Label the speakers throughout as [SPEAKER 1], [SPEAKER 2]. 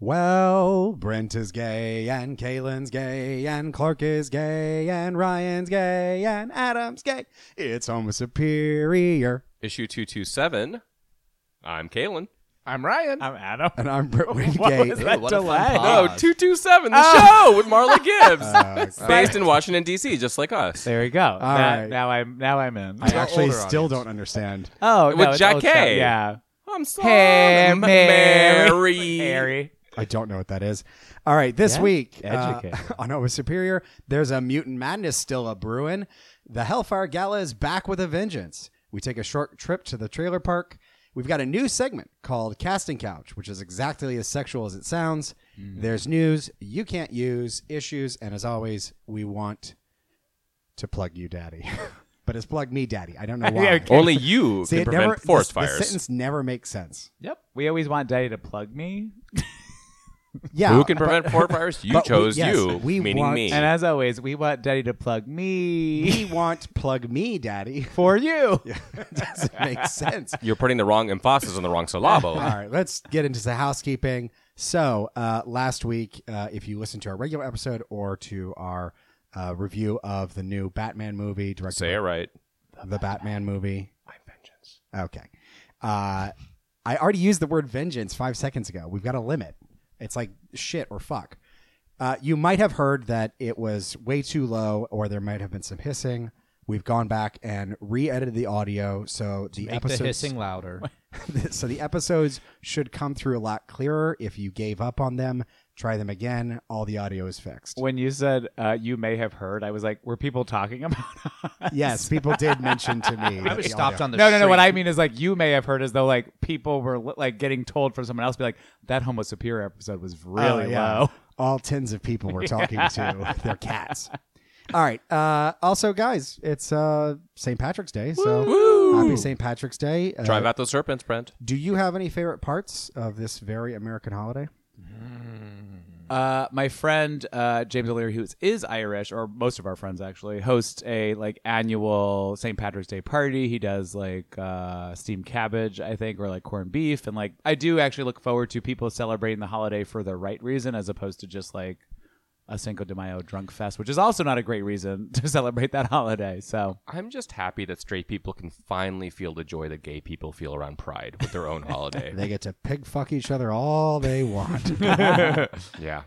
[SPEAKER 1] Well, Brent is gay, and Kaylin's gay, and Clark is gay, and Ryan's gay, and Adam's gay. It's Homo Superior.
[SPEAKER 2] Issue 227. I'm Kalen.
[SPEAKER 3] I'm Ryan.
[SPEAKER 4] I'm Adam.
[SPEAKER 1] And I'm Brent
[SPEAKER 4] What
[SPEAKER 1] Wingate.
[SPEAKER 4] was that
[SPEAKER 2] what a
[SPEAKER 4] delay?
[SPEAKER 1] Ah.
[SPEAKER 2] Oh, 227, the show with Marla Gibbs. Based in Washington, D.C., just like us.
[SPEAKER 4] There we go. now,
[SPEAKER 1] right.
[SPEAKER 4] now I'm now I'm in.
[SPEAKER 1] I actually
[SPEAKER 3] older
[SPEAKER 1] still don't understand.
[SPEAKER 4] oh, no,
[SPEAKER 2] With
[SPEAKER 4] it's old
[SPEAKER 2] Jacquet.
[SPEAKER 4] stuff. Yeah.
[SPEAKER 2] I'm sorry.
[SPEAKER 4] Hey,
[SPEAKER 2] M-
[SPEAKER 4] Mary.
[SPEAKER 2] Mary.
[SPEAKER 4] Harry.
[SPEAKER 1] I don't know what that is. All right, this
[SPEAKER 4] Yeah,
[SPEAKER 1] week uh,
[SPEAKER 4] educate.
[SPEAKER 1] on Homo Superior, there's a mutant madness still a brewing. The Hellfire Gala is back with a vengeance. We take a short trip to the trailer park. We've got a new segment called Casting Couch, which is exactly as sexual as it sounds.
[SPEAKER 2] Mm.
[SPEAKER 1] There's news you can't use, issues, and as always, we want to plug you, Daddy. but it's plug me, Daddy. I don't know why.
[SPEAKER 4] Okay.
[SPEAKER 2] Only you
[SPEAKER 1] See,
[SPEAKER 2] can
[SPEAKER 1] it
[SPEAKER 2] prevent
[SPEAKER 1] never,
[SPEAKER 2] forest
[SPEAKER 1] this-
[SPEAKER 2] fires.
[SPEAKER 1] The sentence never makes sense.
[SPEAKER 4] Yep. We always want Daddy to plug me.
[SPEAKER 1] Yeah.
[SPEAKER 2] Who can
[SPEAKER 1] but-
[SPEAKER 2] prevent forest fires? You
[SPEAKER 1] but we-
[SPEAKER 2] chose
[SPEAKER 1] yes,
[SPEAKER 2] you,
[SPEAKER 1] we
[SPEAKER 2] meaning
[SPEAKER 1] want-
[SPEAKER 2] me.
[SPEAKER 4] And as always, we want Daddy to plug
[SPEAKER 1] we
[SPEAKER 4] me
[SPEAKER 1] want plug me, Daddy.
[SPEAKER 4] for you.
[SPEAKER 1] doesn't make sense.
[SPEAKER 2] You're putting the wrong emphasis on the wrong syllable.
[SPEAKER 1] All right, let's get into the housekeeping. So, uh, last week, uh, if you listen to our regular episode or to our uh, review of the new Batman movie, directed
[SPEAKER 2] Say it right.
[SPEAKER 1] by the Batman movie, I'm Vengeance. Okay, uh, I already used the word vengeance five seconds ago. We've got a limit. It's like shit or fuck. Uh, you might have heard that it was way too low, or there might have been some hissing. We've gone back and re-edited the audio, so the
[SPEAKER 3] Make
[SPEAKER 1] episodes
[SPEAKER 3] the hissing louder.
[SPEAKER 1] so the episodes should come through a lot clearer. If you gave up on them, try them again. All the audio is fixed.
[SPEAKER 4] When you said uh, you may have heard, I was like, were people talking about us?
[SPEAKER 1] yes, people did mention to me.
[SPEAKER 3] I
[SPEAKER 1] that
[SPEAKER 3] was
[SPEAKER 1] the
[SPEAKER 3] stopped
[SPEAKER 1] audio-
[SPEAKER 3] on the
[SPEAKER 4] No, no, no. What I
[SPEAKER 3] street.
[SPEAKER 4] mean is like you may have heard as though like people were like getting told from someone else, be like that Homo Superior episode was really
[SPEAKER 1] Oh, yeah.
[SPEAKER 4] low.
[SPEAKER 1] All tens of people were talking to their cats. All right. Uh, also, guys, it's uh, St. Patrick's Day, so happy St. Patrick's Day. Uh,
[SPEAKER 2] Drive out those serpents, Brent.
[SPEAKER 1] Do you have any favorite parts of this very American holiday?
[SPEAKER 4] Uh, my friend uh, James O'Leary, who is, is Irish, or most of our friends actually, hosts a like annual St. Patrick's Day party. He does like uh, steamed cabbage, I think, or like corned beef, and like I do actually look forward to people celebrating the holiday for the right reason, as opposed to just like a Cinco de Mayo drunk fest, which is also not a great reason to celebrate that holiday. So
[SPEAKER 2] I'm just happy that straight people can finally feel the joy that gay people feel around Pride with their own holiday.
[SPEAKER 1] They get to pig fuck each other all they want.
[SPEAKER 2] yeah.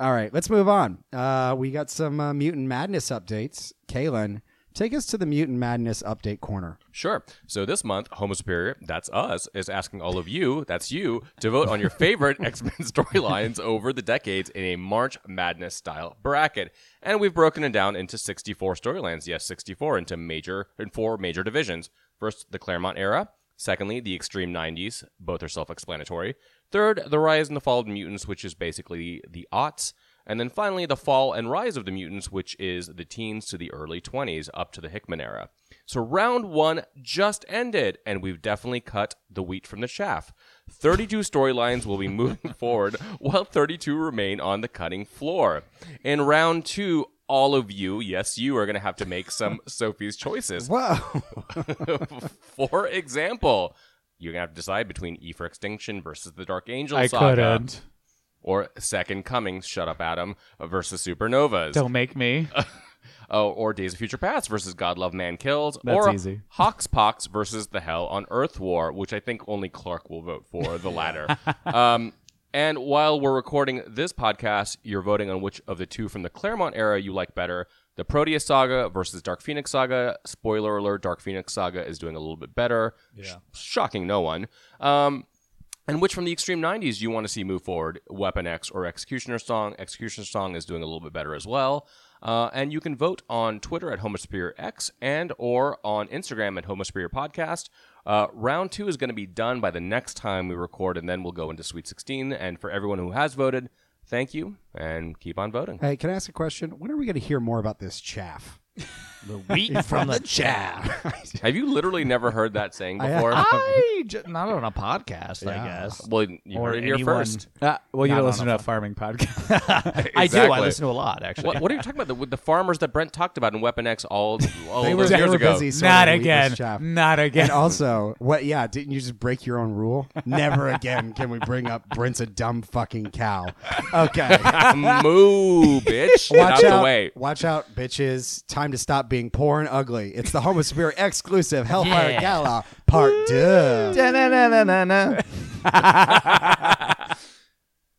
[SPEAKER 1] All right, let's move on. Uh, we got some uh, mutant madness updates. Kalen, take us to the mutant madness update corner.
[SPEAKER 2] Sure. So this month, Homo Superior, that's us, is asking all of you, that's you, to vote on your favorite X Men storylines over the decades in a March Madness style bracket. And we've broken it down into 64 storylines. Yes, 64 into major, in four major divisions. First, the Claremont era. Secondly, the extreme 90s. Both are self explanatory. Third, the rise and the fall of the mutants, which is basically the aughts. And then finally, the fall and rise of the mutants, which is the teens to the early 20s up to the Hickman era. So round one just ended, and we've definitely cut the wheat from the chaff. 32 storylines will be moving forward, while 32 remain on the cutting floor. In round two, all of you, yes, you are going to have to make some Sophie's choices.
[SPEAKER 1] Whoa.
[SPEAKER 2] for example, you're going to have to decide between E for Extinction versus the Dark Angel
[SPEAKER 4] I
[SPEAKER 2] saga
[SPEAKER 4] couldn't.
[SPEAKER 2] or Second Coming, Shut Up Adam versus Supernovas,
[SPEAKER 4] Don't make me.
[SPEAKER 2] Oh, or Days of Future Past versus God Love Man Kills,
[SPEAKER 4] That's
[SPEAKER 2] or
[SPEAKER 4] easy.
[SPEAKER 2] Hawkspox versus the Hell on Earth War, which I think only Clark will vote for the latter. um, and while we're recording this podcast, you're voting on which of the two from the Claremont era you like better. The Proteus Saga versus Dark Phoenix Saga. Spoiler alert: Dark Phoenix Saga is doing a little bit better. Sh- shocking no one. Um, and which from the extreme 90s you want to see move forward? Weapon X or Executioner Song? Executioner Song is doing a little bit better as well. Uh, and you can vote on Twitter at HomoSpear X and or on Instagram at HomoSpear Podcast. Uh, round two is going to be done by the next time we record, and then we'll go into Sweet 16. And for everyone who has voted, thank you, and keep on voting.
[SPEAKER 1] hey, can I ask a question? When are we going to hear more about this chaff?
[SPEAKER 3] the wheat from the chaff.
[SPEAKER 2] Have you literally never heard that saying
[SPEAKER 1] I-
[SPEAKER 2] before?
[SPEAKER 4] I
[SPEAKER 3] ju- not on a podcast, I
[SPEAKER 1] Yeah.
[SPEAKER 3] guess.
[SPEAKER 2] Well, you
[SPEAKER 3] Or
[SPEAKER 2] heard it here
[SPEAKER 3] anyone.
[SPEAKER 2] first.
[SPEAKER 4] Uh, well, you
[SPEAKER 3] Not
[SPEAKER 4] don't
[SPEAKER 3] on
[SPEAKER 4] listen
[SPEAKER 3] a
[SPEAKER 4] to a farming podcast.
[SPEAKER 3] I do. I
[SPEAKER 2] Exactly.
[SPEAKER 3] listen to a lot, actually.
[SPEAKER 2] What, what are you talking about? The, with the farmers that Brent talked about in Weapon X all, all
[SPEAKER 1] They were-
[SPEAKER 2] those
[SPEAKER 1] they
[SPEAKER 2] years
[SPEAKER 1] were
[SPEAKER 2] ago.
[SPEAKER 1] busy. sort of
[SPEAKER 4] Not
[SPEAKER 1] lead this
[SPEAKER 4] again.
[SPEAKER 1] chap.
[SPEAKER 4] Not again.
[SPEAKER 1] And also, what? Yeah, didn't you just break your own rule? Never again can we bring up Brent's a dumb fucking cow. Okay.
[SPEAKER 2] Moo, bitch. Get out
[SPEAKER 1] Watch
[SPEAKER 2] the
[SPEAKER 1] out,
[SPEAKER 2] way.
[SPEAKER 1] watch out, bitches. Time to stop being poor and ugly. It's the Homo Spirit exclusive Hellfire
[SPEAKER 3] Yeah.
[SPEAKER 1] Gala Part 2.
[SPEAKER 3] Da-na-na-na-na-na.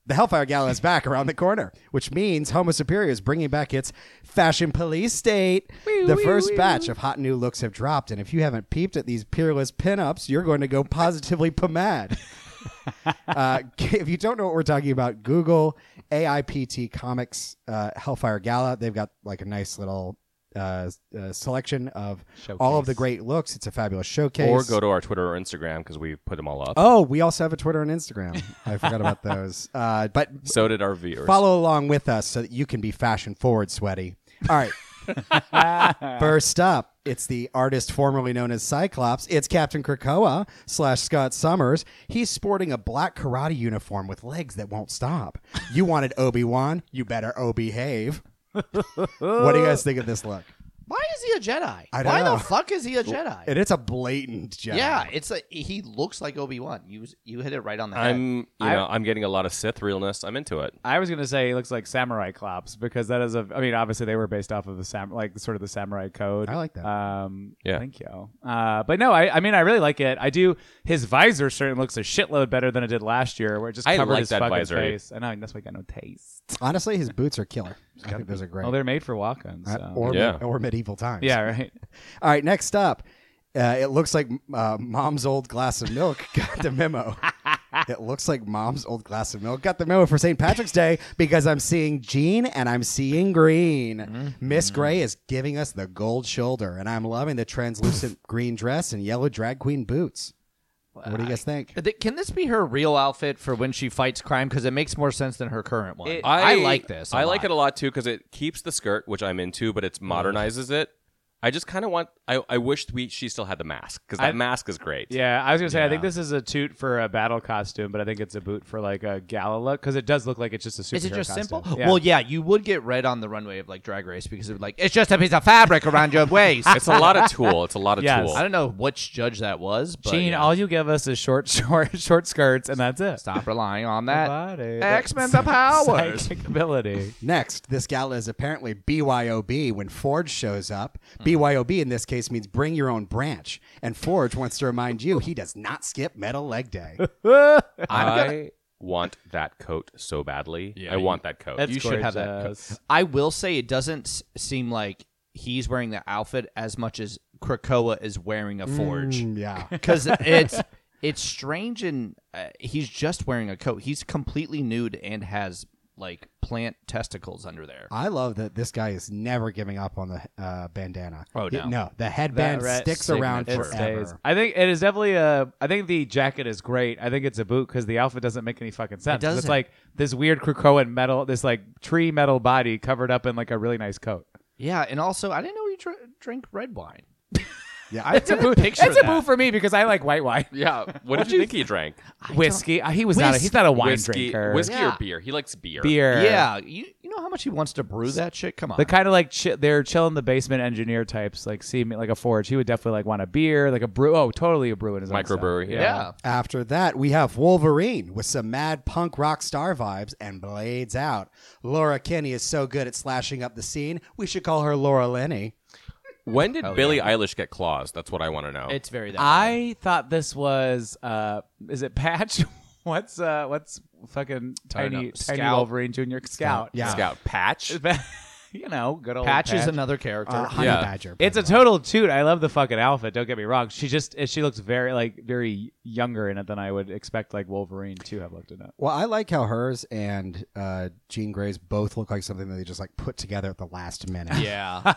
[SPEAKER 1] The Hellfire Gala is back around the corner, which means Homo Superior is bringing back its fashion police state. the first batch of hot new looks have dropped, and if you haven't peeped at these peerless pinups, you're going to go positively pomad. uh, if you don't know what we're talking about, Google AIPT Comics uh, Hellfire Gala. They've got like a nice little uh, uh, selection of all of the great looks. It's a fabulous showcase.
[SPEAKER 2] Or go to our Twitter or Instagram because we put them all up.
[SPEAKER 1] Oh, we also have a Twitter and Instagram. I forgot about those. Uh, but
[SPEAKER 2] So did our viewers.
[SPEAKER 1] follow along with us so that you can be fashion forward sweaty. All right. First up, it's the artist formerly known as Cyclops. It's Captain Krakoa slash Scott Summers. He's sporting a black karate uniform with legs that won't stop. You wanted Obi Wan, you better obehave. what do you guys think of this look?
[SPEAKER 3] Why is he a Jedi?
[SPEAKER 1] I don't
[SPEAKER 3] Why
[SPEAKER 1] know.
[SPEAKER 3] the fuck is he a Jedi?
[SPEAKER 1] And it's a blatant Jedi.
[SPEAKER 3] yeah, it's a he looks like Obi Wan. You you hit it right on the head.
[SPEAKER 2] I'm, you
[SPEAKER 4] I-
[SPEAKER 2] know, I'm getting a lot of Sith realness. I'm into it.
[SPEAKER 4] I was gonna say he looks like Samurai Clops because that is a. I mean, obviously they were based off of the sam, like sort of the samurai code.
[SPEAKER 1] I like that.
[SPEAKER 4] Um,
[SPEAKER 2] Yeah.
[SPEAKER 4] Thank you. Uh, but no, I, I mean, I really like it. I do. His visor certainly looks a shitload better than it did last year, where it just
[SPEAKER 2] I
[SPEAKER 4] covered
[SPEAKER 2] like
[SPEAKER 4] his
[SPEAKER 2] that
[SPEAKER 4] fucking
[SPEAKER 2] visor.
[SPEAKER 4] face. I know that's why I got no taste.
[SPEAKER 1] Honestly, his boots are killer. I think those are great.
[SPEAKER 4] Well, they're made for walk-ons.
[SPEAKER 1] Uh,
[SPEAKER 4] so-
[SPEAKER 1] or,
[SPEAKER 2] Yeah.
[SPEAKER 1] or medieval times.
[SPEAKER 4] yeah, right.
[SPEAKER 1] All right, next up, uh, it looks like uh, mom's old glass of milk got the memo. it looks like mom's old glass of milk got the memo for St. Patrick's Day because I'm seeing Jean and I'm seeing green. Miss Gray is giving us the gold shoulder, and I'm loving the translucent green dress and yellow drag queen boots. What do you guys think?
[SPEAKER 3] Th- Can this be her real outfit for when she fights crime? Because it makes more sense than her current one.
[SPEAKER 4] It-
[SPEAKER 3] I, like this.
[SPEAKER 2] I like it a lot too because it keeps the skirt, which I'm into, but it modernizes it. I just kind of want. I, I wish we she still had the mask because that
[SPEAKER 4] I-
[SPEAKER 2] mask is great.
[SPEAKER 4] Yeah, I was gonna say I think this is a toot for a battle costume, but I think it's a boot for like a gala look because it does look like it's just a superhero
[SPEAKER 3] Is it just
[SPEAKER 4] costume.
[SPEAKER 3] simple?
[SPEAKER 4] Yeah.
[SPEAKER 3] Well, yeah, you would get red on the runway of like Drag Race because it would like it's just a piece of fabric around your waist.
[SPEAKER 2] it's a lot of tool. It's a lot of
[SPEAKER 4] Yes.
[SPEAKER 2] tool.
[SPEAKER 3] I don't know which judge that was, but
[SPEAKER 4] Gene,
[SPEAKER 3] yeah.
[SPEAKER 4] all you give us is short, short, short skirts, and that's it.
[SPEAKER 3] stop relying on that.
[SPEAKER 4] Body, that
[SPEAKER 3] X Men the powers.
[SPEAKER 4] psychic ability.
[SPEAKER 1] Next, this gala is apparently BYOB when Forge shows up. BYOB in this case means bring your own branch. And Forge wants to remind you he does not skip Metal Leg Day.
[SPEAKER 2] I want that coat so badly. I want that coat.
[SPEAKER 4] That's
[SPEAKER 3] You should have that
[SPEAKER 4] gorgeous.
[SPEAKER 3] I will say it doesn't s- seem like he's wearing the outfit as much as Krakoa is wearing a
[SPEAKER 4] Mm.
[SPEAKER 3] forge
[SPEAKER 1] yeah.
[SPEAKER 3] because it's it's strange and uh, he's just wearing a coat. He's completely nude and has like plant testicles under there.
[SPEAKER 1] I love that this guy is never giving up on the uh, bandana.
[SPEAKER 3] Oh,
[SPEAKER 1] He-
[SPEAKER 3] no.
[SPEAKER 1] the
[SPEAKER 4] That
[SPEAKER 1] headband
[SPEAKER 4] red
[SPEAKER 1] sticks
[SPEAKER 4] signature.
[SPEAKER 1] around
[SPEAKER 4] It
[SPEAKER 1] forever.
[SPEAKER 4] stays. I think it is definitely a. I think the jacket is great. I think it's a boot because the outfit doesn't make any fucking sense.
[SPEAKER 3] It doesn't.
[SPEAKER 4] It's like this weird Krakoan metal, this like tree metal body covered up in like a really nice coat.
[SPEAKER 3] Yeah, and also I didn't know he dr- drink red wine.
[SPEAKER 1] Yeah,
[SPEAKER 3] I it's a boot. Picture
[SPEAKER 4] It's a boot for me because I like white wine,
[SPEAKER 2] yeah. What did you think he drank?
[SPEAKER 4] whiskey. Uh, He was not. A,
[SPEAKER 3] Whis-
[SPEAKER 4] he's not a wine
[SPEAKER 2] whiskey,
[SPEAKER 4] drinker.
[SPEAKER 2] whiskey
[SPEAKER 3] Yeah.
[SPEAKER 2] or beer? He likes beer.
[SPEAKER 4] beer.
[SPEAKER 3] Yeah, you, you know how much he wants to brew that shit. Come on,
[SPEAKER 4] The kind of like chi- they're chill in the basement engineer types, like see me like a forge. He would definitely like want a beer, like a brew. Oh, totally a brew in his own stuff.
[SPEAKER 2] Microbrewery.
[SPEAKER 3] yeah.
[SPEAKER 1] After that, we have Wolverine with some mad punk rock star vibes and blades out. Laura Kinney is so good at slashing up the scene. We should call her Laura Lenny.
[SPEAKER 2] When did Billie Eilish get claws? That's what I want to know.
[SPEAKER 3] it's very that.
[SPEAKER 4] I thought this was uh, is it Patch? what's uh, what's fucking
[SPEAKER 3] don't
[SPEAKER 4] tiny
[SPEAKER 3] know.
[SPEAKER 4] tiny
[SPEAKER 3] Scout?
[SPEAKER 4] Wolverine Junior Scout?
[SPEAKER 1] Yeah.
[SPEAKER 2] Scout Patch.
[SPEAKER 4] you know, good old
[SPEAKER 3] Patch is another character.
[SPEAKER 1] Uh, Honey
[SPEAKER 2] Yeah.
[SPEAKER 1] Badger.
[SPEAKER 4] It's a total toot. I love the fucking outfit. Don't get me wrong. She just eh, she looks very like very younger in it than I would expect like Wolverine to have looked in it.
[SPEAKER 1] Well, I like how hers and uh, Jean Grey's both look like something that they just like put together at the last minute.
[SPEAKER 3] yeah.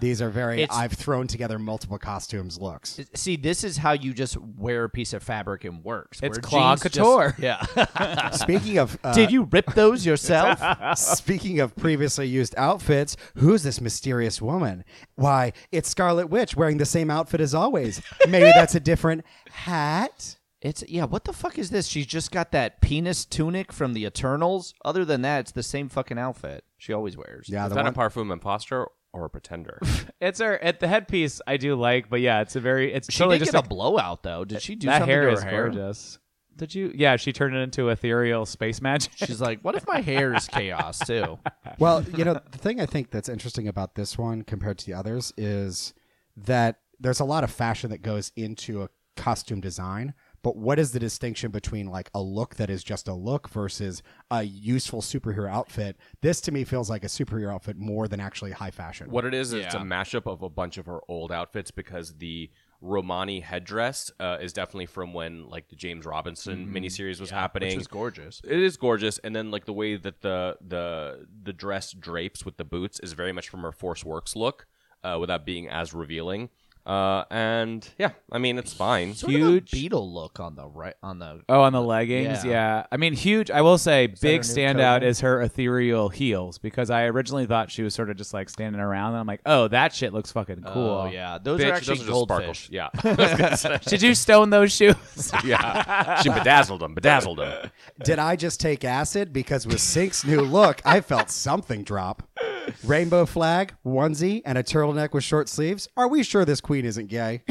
[SPEAKER 1] These are very
[SPEAKER 3] It's-
[SPEAKER 1] I've thrown together multiple costumes looks.
[SPEAKER 3] See, this is how you just wear a piece of fabric and works.
[SPEAKER 4] It's
[SPEAKER 3] where
[SPEAKER 4] claw
[SPEAKER 3] jeans just-
[SPEAKER 4] couture.
[SPEAKER 3] yeah.
[SPEAKER 1] Speaking of uh,
[SPEAKER 3] Did you rip those yourself?
[SPEAKER 1] Speaking of previously used outfits, who's this mysterious woman? Why, it's Scarlet Witch wearing the same outfit as always. Maybe that's a different hat.
[SPEAKER 3] It's yeah. What the fuck is this? She's just got that penis tunic from the Eternals. Other than that, it's the same fucking outfit she always wears.
[SPEAKER 1] Yeah,
[SPEAKER 2] Is
[SPEAKER 1] the
[SPEAKER 2] that
[SPEAKER 1] one,
[SPEAKER 2] a parfum imposter or a pretender?
[SPEAKER 4] It's her at the headpiece. I do like, but yeah, it's a very. It's
[SPEAKER 3] She
[SPEAKER 4] totally
[SPEAKER 3] did
[SPEAKER 4] just
[SPEAKER 3] get
[SPEAKER 4] like,
[SPEAKER 3] a blowout though. Did she do
[SPEAKER 4] that
[SPEAKER 3] something
[SPEAKER 4] hair
[SPEAKER 3] to her
[SPEAKER 4] is
[SPEAKER 3] hair?
[SPEAKER 4] gorgeous. Did you? Yeah, she turned it into ethereal space magic.
[SPEAKER 3] She's like, what if my hair is chaos too?
[SPEAKER 1] well, you know, the thing I think that's interesting about this one compared to the others is that there's a lot of fashion that goes into a costume design, but what is the distinction between like a look that is just a look versus a useful superhero outfit? This to me feels like a superhero outfit more than actually high fashion.
[SPEAKER 2] What it is is it's a
[SPEAKER 3] Yeah.
[SPEAKER 2] mashup of a bunch of her old outfits because the Romani headdress uh, is definitely from when like the James Robinson
[SPEAKER 3] Mm-hmm.
[SPEAKER 2] miniseries was happening.
[SPEAKER 3] She's gorgeous.
[SPEAKER 2] it is gorgeous, and then like the way that the the the dress drapes with the boots is very much from her Force Works look, uh, without being as revealing. Uh, and yeah, I mean it's fine.
[SPEAKER 3] Sort
[SPEAKER 4] Huge.
[SPEAKER 3] of a beetle look on the right on the.
[SPEAKER 4] Oh, on the leggings, yeah.
[SPEAKER 3] Yeah.
[SPEAKER 4] I mean, huge. I will say, big
[SPEAKER 3] new
[SPEAKER 4] standout
[SPEAKER 3] coat?
[SPEAKER 4] is her ethereal heels because I originally thought she was sort of just like standing around, and I'm like, oh, that shit looks fucking cool.
[SPEAKER 3] Oh yeah, those
[SPEAKER 2] Bitch,
[SPEAKER 3] are actually
[SPEAKER 2] those are just
[SPEAKER 3] goldfish.
[SPEAKER 2] sparkles. Yeah,
[SPEAKER 4] Did you stone those shoes?
[SPEAKER 2] yeah. She bedazzled him, bedazzled him.
[SPEAKER 1] Did I just take acid? Because with Sink's new look, I felt something drop. Rainbow flag, onesie, and a turtleneck with short sleeves. Are we sure this queen isn't gay?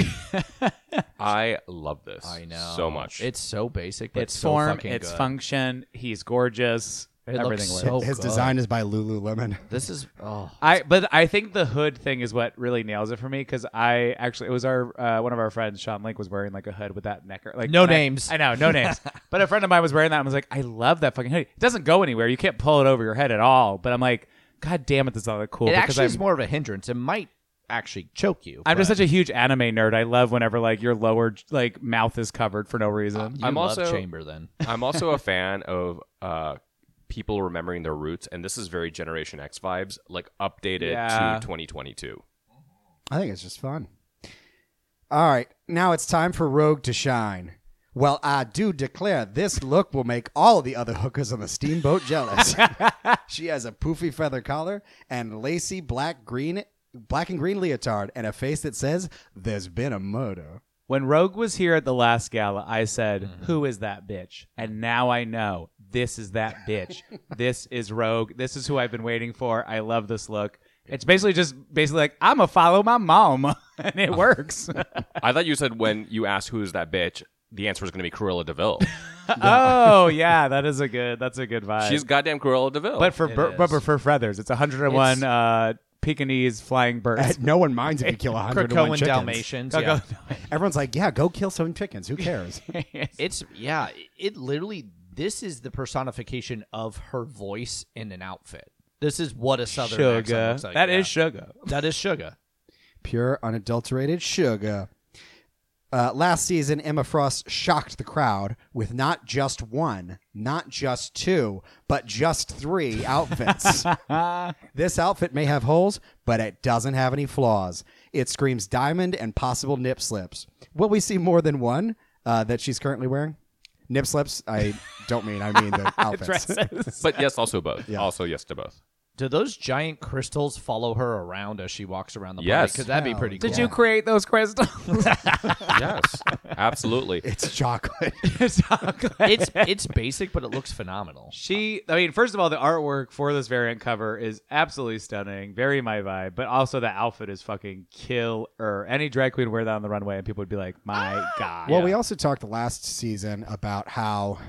[SPEAKER 2] I love this.
[SPEAKER 3] I know
[SPEAKER 2] so much.
[SPEAKER 3] It's so basic, but
[SPEAKER 4] It's
[SPEAKER 3] so
[SPEAKER 4] form,
[SPEAKER 3] fucking
[SPEAKER 4] it's
[SPEAKER 3] good.
[SPEAKER 4] function. He's gorgeous.
[SPEAKER 3] It
[SPEAKER 4] Everything works.
[SPEAKER 3] looks so
[SPEAKER 1] His
[SPEAKER 3] good.
[SPEAKER 1] design is by Lululemon.
[SPEAKER 3] This is oh
[SPEAKER 4] I but I think the hood thing is what really nails it for me because I actually it was our uh, one of our friends Sean Link was wearing like a hood with that necker like
[SPEAKER 3] No
[SPEAKER 4] and I-
[SPEAKER 3] names.
[SPEAKER 4] I, know no names but a friend of mine was wearing that and was like I love that fucking hood it doesn't go anywhere you can't pull it over your head at all but I'm like God damn it this is not cool
[SPEAKER 3] It
[SPEAKER 4] because
[SPEAKER 3] actually
[SPEAKER 4] I'm
[SPEAKER 3] is more of a hindrance. It might actually choke you.
[SPEAKER 4] I'm just
[SPEAKER 3] but
[SPEAKER 4] such a huge anime nerd I love whenever like your lower like mouth is covered for no reason
[SPEAKER 3] you
[SPEAKER 2] I'm
[SPEAKER 3] love
[SPEAKER 2] also-
[SPEAKER 3] chamber then.
[SPEAKER 2] I'm also a fan of uh, people remembering their roots, and this is very Generation X vibes, like updated
[SPEAKER 4] Yeah.
[SPEAKER 2] to 2022.
[SPEAKER 1] I think it's just fun. All right, now it's time for Rogue to shine. Well, I do declare this look will make all the other hookers on the steamboat jealous. she has a poofy feather collar and lacy black green black and green leotard and a face that says there's been a murder.
[SPEAKER 4] when Rogue was here at the last gala I said
[SPEAKER 3] Mm-hmm.
[SPEAKER 4] "Who is that bitch and now I know this is that bitch this is Rogue this is who I've been waiting for I love this look it's basically just basically like I'm gonna follow my mom and
[SPEAKER 3] Oh.
[SPEAKER 4] it works
[SPEAKER 2] I thought you said when you asked who's that bitch, the answer was going to be Cruella Deville.
[SPEAKER 4] oh yeah that is a good that's a good vibe
[SPEAKER 2] She's goddamn Cruella Deville.
[SPEAKER 4] but for bur-
[SPEAKER 3] is.
[SPEAKER 4] but for feathers it's 101
[SPEAKER 3] It's-
[SPEAKER 4] uh, Pekingese flying birds
[SPEAKER 1] No one minds if you kill a hundred
[SPEAKER 3] Krakow
[SPEAKER 1] chickens.
[SPEAKER 3] and Dalmatians.
[SPEAKER 4] Go,
[SPEAKER 3] Yeah.
[SPEAKER 4] go.
[SPEAKER 1] Everyone's like, yeah, go kill some chickens. Who cares?
[SPEAKER 3] It's yeah. It literally this is the personification of her voice in an outfit. This is what a southern accent
[SPEAKER 4] sugar
[SPEAKER 3] looks like.
[SPEAKER 4] That is
[SPEAKER 3] yeah.
[SPEAKER 4] sugar
[SPEAKER 3] that is sugar.
[SPEAKER 1] pure unadulterated sugar. Uh, last season, Emma Frost shocked the crowd with not just one, not just two, but just three outfits. this outfit may have holes, but it doesn't have any flaws. It screams diamond and possible nip slips. Will we see more than one uh, that she's currently wearing? Nip slips? I don't mean. I mean the outfits.
[SPEAKER 2] But yes, also both. Also yes to both.
[SPEAKER 3] Do those giant crystals follow her around as she walks around the party?
[SPEAKER 2] Yes.
[SPEAKER 3] because that'd be pretty cool.
[SPEAKER 4] did you create those crystals
[SPEAKER 2] Yes, absolutely.
[SPEAKER 1] It's chocolate.
[SPEAKER 3] it's it's basic, but it looks phenomenal.
[SPEAKER 4] She, I mean, first of all, the artwork for this variant cover is absolutely stunning, very my vibe. But also, the outfit is fucking killer. Any drag queen would wear that on the runway, and people would be like, "My
[SPEAKER 3] Ah,
[SPEAKER 4] god!"
[SPEAKER 1] Well, we also talked last season about how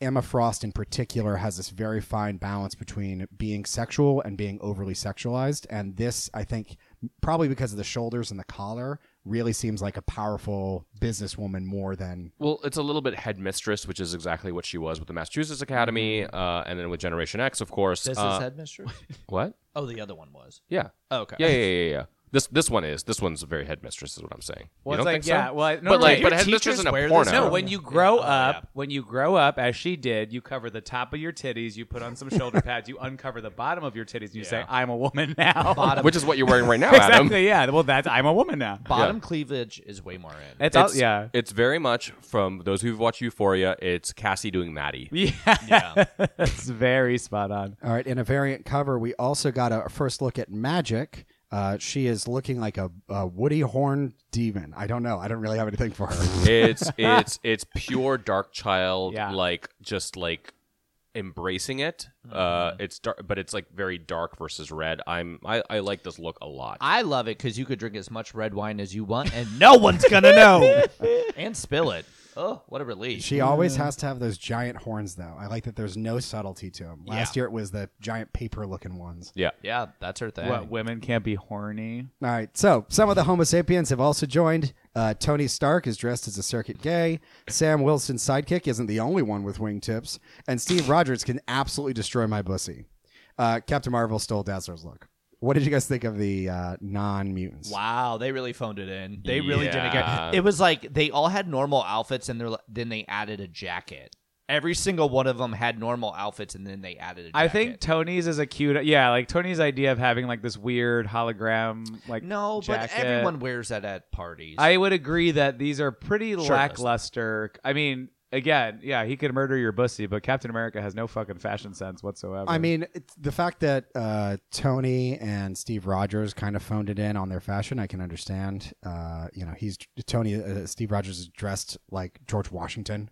[SPEAKER 1] Emma Frost, in particular, has this very fine balance between being sexual and being overly sexualized. And this, I think, probably because of the shoulders and the collar, really seems like a powerful businesswoman more than.
[SPEAKER 2] Well, it's a little bit headmistress, which is exactly what she was with the Massachusetts Academy, uh, and then with Generation X, of course.
[SPEAKER 3] This
[SPEAKER 2] Uh,
[SPEAKER 3] is headmistress.
[SPEAKER 2] what?
[SPEAKER 3] Oh, the other one was.
[SPEAKER 2] Yeah.
[SPEAKER 4] Oh,
[SPEAKER 3] Okay.
[SPEAKER 2] Yeah, yeah, yeah, yeah. yeah. This this one is. This one's very headmistress, is what I'm saying.
[SPEAKER 4] Well,
[SPEAKER 2] you don't
[SPEAKER 4] it's like,
[SPEAKER 2] think so?
[SPEAKER 4] yeah, well, no,
[SPEAKER 2] but
[SPEAKER 4] no,
[SPEAKER 2] like,
[SPEAKER 4] no,
[SPEAKER 2] but
[SPEAKER 3] your
[SPEAKER 2] headmistress
[SPEAKER 3] teachers
[SPEAKER 2] in a
[SPEAKER 3] wear this?
[SPEAKER 2] porno.
[SPEAKER 4] No, when you grow
[SPEAKER 3] Oh,
[SPEAKER 4] up,
[SPEAKER 3] yeah.
[SPEAKER 4] when you grow up, as she did, you cover the top of your titties, you put on some shoulder pads, you uncover the bottom of your titties, and you say, "I'm a woman now."
[SPEAKER 3] Bottom
[SPEAKER 2] which is what you're wearing right now, Adam.
[SPEAKER 4] exactly, yeah. Well, that's I'm a woman now.
[SPEAKER 3] bottom cleavage is way more in.
[SPEAKER 4] It's, all, yeah,
[SPEAKER 2] It's very much from those who've watched Euphoria. It's Cassie doing Maddie.
[SPEAKER 4] yeah.
[SPEAKER 3] yeah.
[SPEAKER 4] That's very spot on.
[SPEAKER 1] All right, in a variant cover, we also got a first look at magic. Uh, she is looking like a, a woody horn demon. I don't know. I don't really have anything for her.
[SPEAKER 2] it's it's it's pure dark child
[SPEAKER 4] Yeah.
[SPEAKER 2] like just like embracing it
[SPEAKER 4] Mm-hmm.
[SPEAKER 2] uh it's dark but it's like very dark versus red i'm i, I like this look a lot
[SPEAKER 3] I love it because you could drink as much red wine as you want, and no one's gonna know, and spill it. Oh, what a relief!
[SPEAKER 1] She always has to have those giant horns, though. I like that there's no subtlety to them. Last year it was the giant paper looking ones.
[SPEAKER 2] yeah
[SPEAKER 3] yeah, that's her thing.
[SPEAKER 4] What women can't be horny?
[SPEAKER 1] All right. So some of the Homo sapiens have also joined. Uh, Tony Stark is dressed as a circuit gay. Sam Wilson's sidekick isn't the only one with wingtips. And Steve Rogers can absolutely destroy my pussy. Uh, Captain Marvel stole Dazzler's look. What did you guys think of the uh, non mutants?
[SPEAKER 3] Wow, they really phoned it in. They really didn't
[SPEAKER 2] Yeah.
[SPEAKER 3] care. It was like they all had normal outfits, and they're li- then they added a jacket. Every single one of them had normal outfits, and then they added a jacket.
[SPEAKER 4] I think Tony's is a cute. Yeah, like Tony's idea of having like this weird hologram like
[SPEAKER 3] no,
[SPEAKER 4] jacket.
[SPEAKER 3] but everyone wears that at parties.
[SPEAKER 4] I would agree that these are pretty
[SPEAKER 2] Shirtless.
[SPEAKER 4] lackluster. I mean, again, yeah, he could murder your bussy, but Captain America has no fucking fashion sense whatsoever.
[SPEAKER 1] I mean, it's the fact that uh, Tony and Steve Rogers kind of phoned it in on their fashion, I can understand. Uh, you know, he's Tony. Uh, Steve Rogers is dressed like George Washington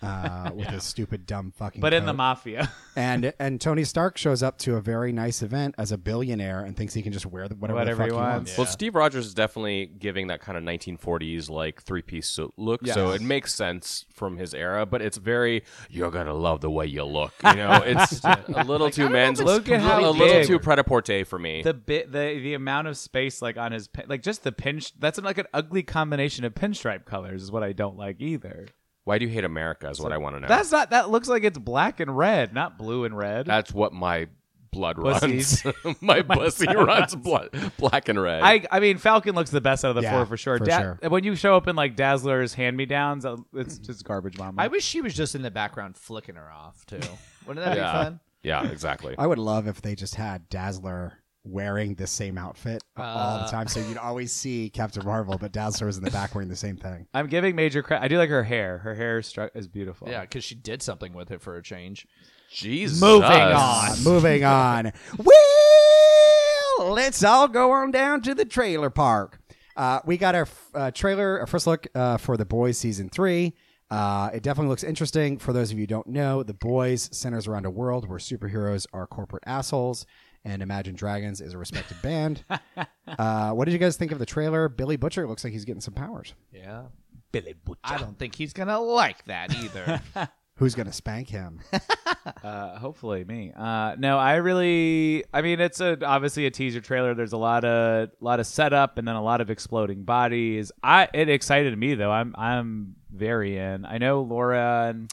[SPEAKER 1] uh, with his stupid, dumb fucking.
[SPEAKER 4] but in the
[SPEAKER 1] coat.
[SPEAKER 4] mafia,
[SPEAKER 1] and and Tony Stark shows up to a very nice event as a billionaire and thinks he can just wear the, whatever,
[SPEAKER 4] Whatever
[SPEAKER 1] the
[SPEAKER 4] he
[SPEAKER 1] fuck
[SPEAKER 4] wants.
[SPEAKER 2] well steve rogers is definitely giving that kind of 1940s like three-piece suit look so it makes sense from his era but it's very you're gonna love the way you look you know it's a little too man's
[SPEAKER 4] Look at how
[SPEAKER 2] a little
[SPEAKER 4] big-
[SPEAKER 2] too pret-a-porter for me
[SPEAKER 4] the bit the the amount of space like on his pin- like just the pin that's like an ugly combination of pinstripe colors is what I don't like either.
[SPEAKER 2] why do you hate america is what i want to know
[SPEAKER 4] That's not that looks like it's black and red, not blue and red.
[SPEAKER 2] That's what my blood
[SPEAKER 4] Pussies.
[SPEAKER 2] runs. my pussy runs blood, black and red.
[SPEAKER 4] I, I mean, Falcon looks the best out of the
[SPEAKER 1] Yeah,
[SPEAKER 4] four for sure.
[SPEAKER 1] for
[SPEAKER 4] Da- When you show up in like Dazzler's hand me downs, it's just garbage, mama.
[SPEAKER 3] I wish she was just in the background flicking her off too. Wouldn't that
[SPEAKER 2] Yeah.
[SPEAKER 3] be fun?
[SPEAKER 2] yeah, exactly.
[SPEAKER 1] I would love if they just had Dazzler wearing the same outfit all
[SPEAKER 4] Uh.
[SPEAKER 1] the time, so you'd always see Captain Marvel, but Dazzler was in the back wearing the same thing.
[SPEAKER 4] I'm giving major credit. I do like her hair. Her hair is, stru- is beautiful.
[SPEAKER 3] Yeah, because she did something with it for a change.
[SPEAKER 2] Jesus.
[SPEAKER 3] Moving
[SPEAKER 1] Uh,
[SPEAKER 3] on.
[SPEAKER 1] moving on. Well, let's all go on down to the trailer park. Uh, we got our f- uh, trailer, our first look uh, for The Boys season three. Uh, it definitely looks interesting. For those of you who don't know, The Boys centers around a world where superheroes are corporate assholes and Imagine Dragons is a respected band. Uh, what did you guys think of the trailer? Billy Butcher looks like he's getting some powers.
[SPEAKER 3] Yeah. Billy Butcher. I don't think he's gonna like that either.
[SPEAKER 1] Who's going to spank him?
[SPEAKER 4] Uh, hopefully me. Uh, no, I really. I mean, it's a obviously a teaser trailer. There's a lot of lot of setup and then a lot of exploding bodies. I it excited me though. I'm I'm very in. I know Laura and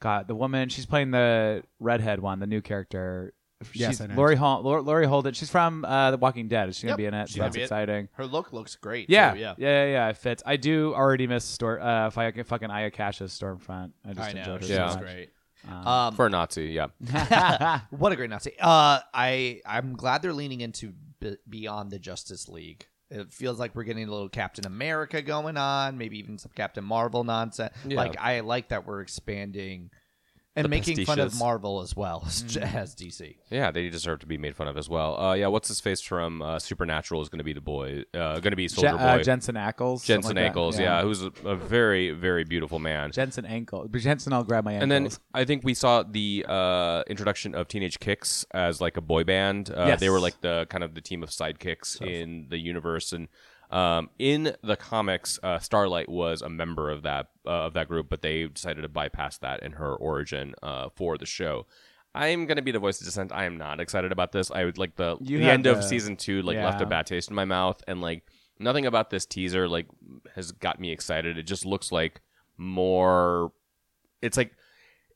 [SPEAKER 4] God, the woman she's playing the redhead one, the new character.
[SPEAKER 1] Yes,
[SPEAKER 4] She's-
[SPEAKER 1] I know.
[SPEAKER 4] Lori Hol- Lori, Lori Holden. She's from uh, The Walking Dead. Is she gonna
[SPEAKER 3] Yep,
[SPEAKER 4] be in it?
[SPEAKER 3] she's
[SPEAKER 4] So
[SPEAKER 3] gonna
[SPEAKER 4] that's
[SPEAKER 3] be it.
[SPEAKER 4] exciting.
[SPEAKER 3] her look looks great.
[SPEAKER 4] Yeah,
[SPEAKER 3] too,
[SPEAKER 4] yeah, yeah, yeah. It fits. I do already miss Stor- uh, fi- fucking Ayakasha's Stormfront. I just
[SPEAKER 3] I know.
[SPEAKER 4] enjoyed her
[SPEAKER 3] She
[SPEAKER 4] so
[SPEAKER 2] Yeah.
[SPEAKER 3] looks
[SPEAKER 4] much.
[SPEAKER 3] great. Um,
[SPEAKER 2] For a Nazi, yeah.
[SPEAKER 3] what a great Nazi. Uh, I I'm glad they're leaning into b- beyond the Justice League. It feels like we're getting a little Captain America going on, maybe even some Captain Marvel nonsense.
[SPEAKER 2] Yeah.
[SPEAKER 3] Like I like that we're expanding and
[SPEAKER 2] The
[SPEAKER 3] making fun of
[SPEAKER 2] pastiches.
[SPEAKER 3] Marvel as well as, as DC.
[SPEAKER 2] Yeah, they deserve to be made fun of as well. Uh, yeah, what's his face from uh, Supernatural is going to be the boy, uh, going to be
[SPEAKER 4] Je-
[SPEAKER 2] Soldier
[SPEAKER 4] uh,
[SPEAKER 2] Boy.
[SPEAKER 4] Jensen Ackles. something
[SPEAKER 2] Jensen
[SPEAKER 4] like that.
[SPEAKER 2] Ackles, yeah. who's a, a very, very beautiful man.
[SPEAKER 4] Jensen ankle. But Jensen, I'll grab my ankles.
[SPEAKER 2] and then I think we saw the uh, introduction of Teenage Kicks as like a boy band. Uh,
[SPEAKER 4] Yes.
[SPEAKER 2] They were like the kind of the team of sidekicks in the universe, and um, in the comics, uh, Starlight was a member of that uh, of that group, but they decided to bypass that in her origin uh, for the show. I'm gonna be the voice of dissent. I am not excited about this. I would like the
[SPEAKER 4] You
[SPEAKER 2] the
[SPEAKER 4] had
[SPEAKER 2] end
[SPEAKER 4] the-
[SPEAKER 2] of season two like
[SPEAKER 4] Yeah.
[SPEAKER 2] left a bad taste in my mouth, and like nothing about this teaser like has got me excited. It just looks like more it's like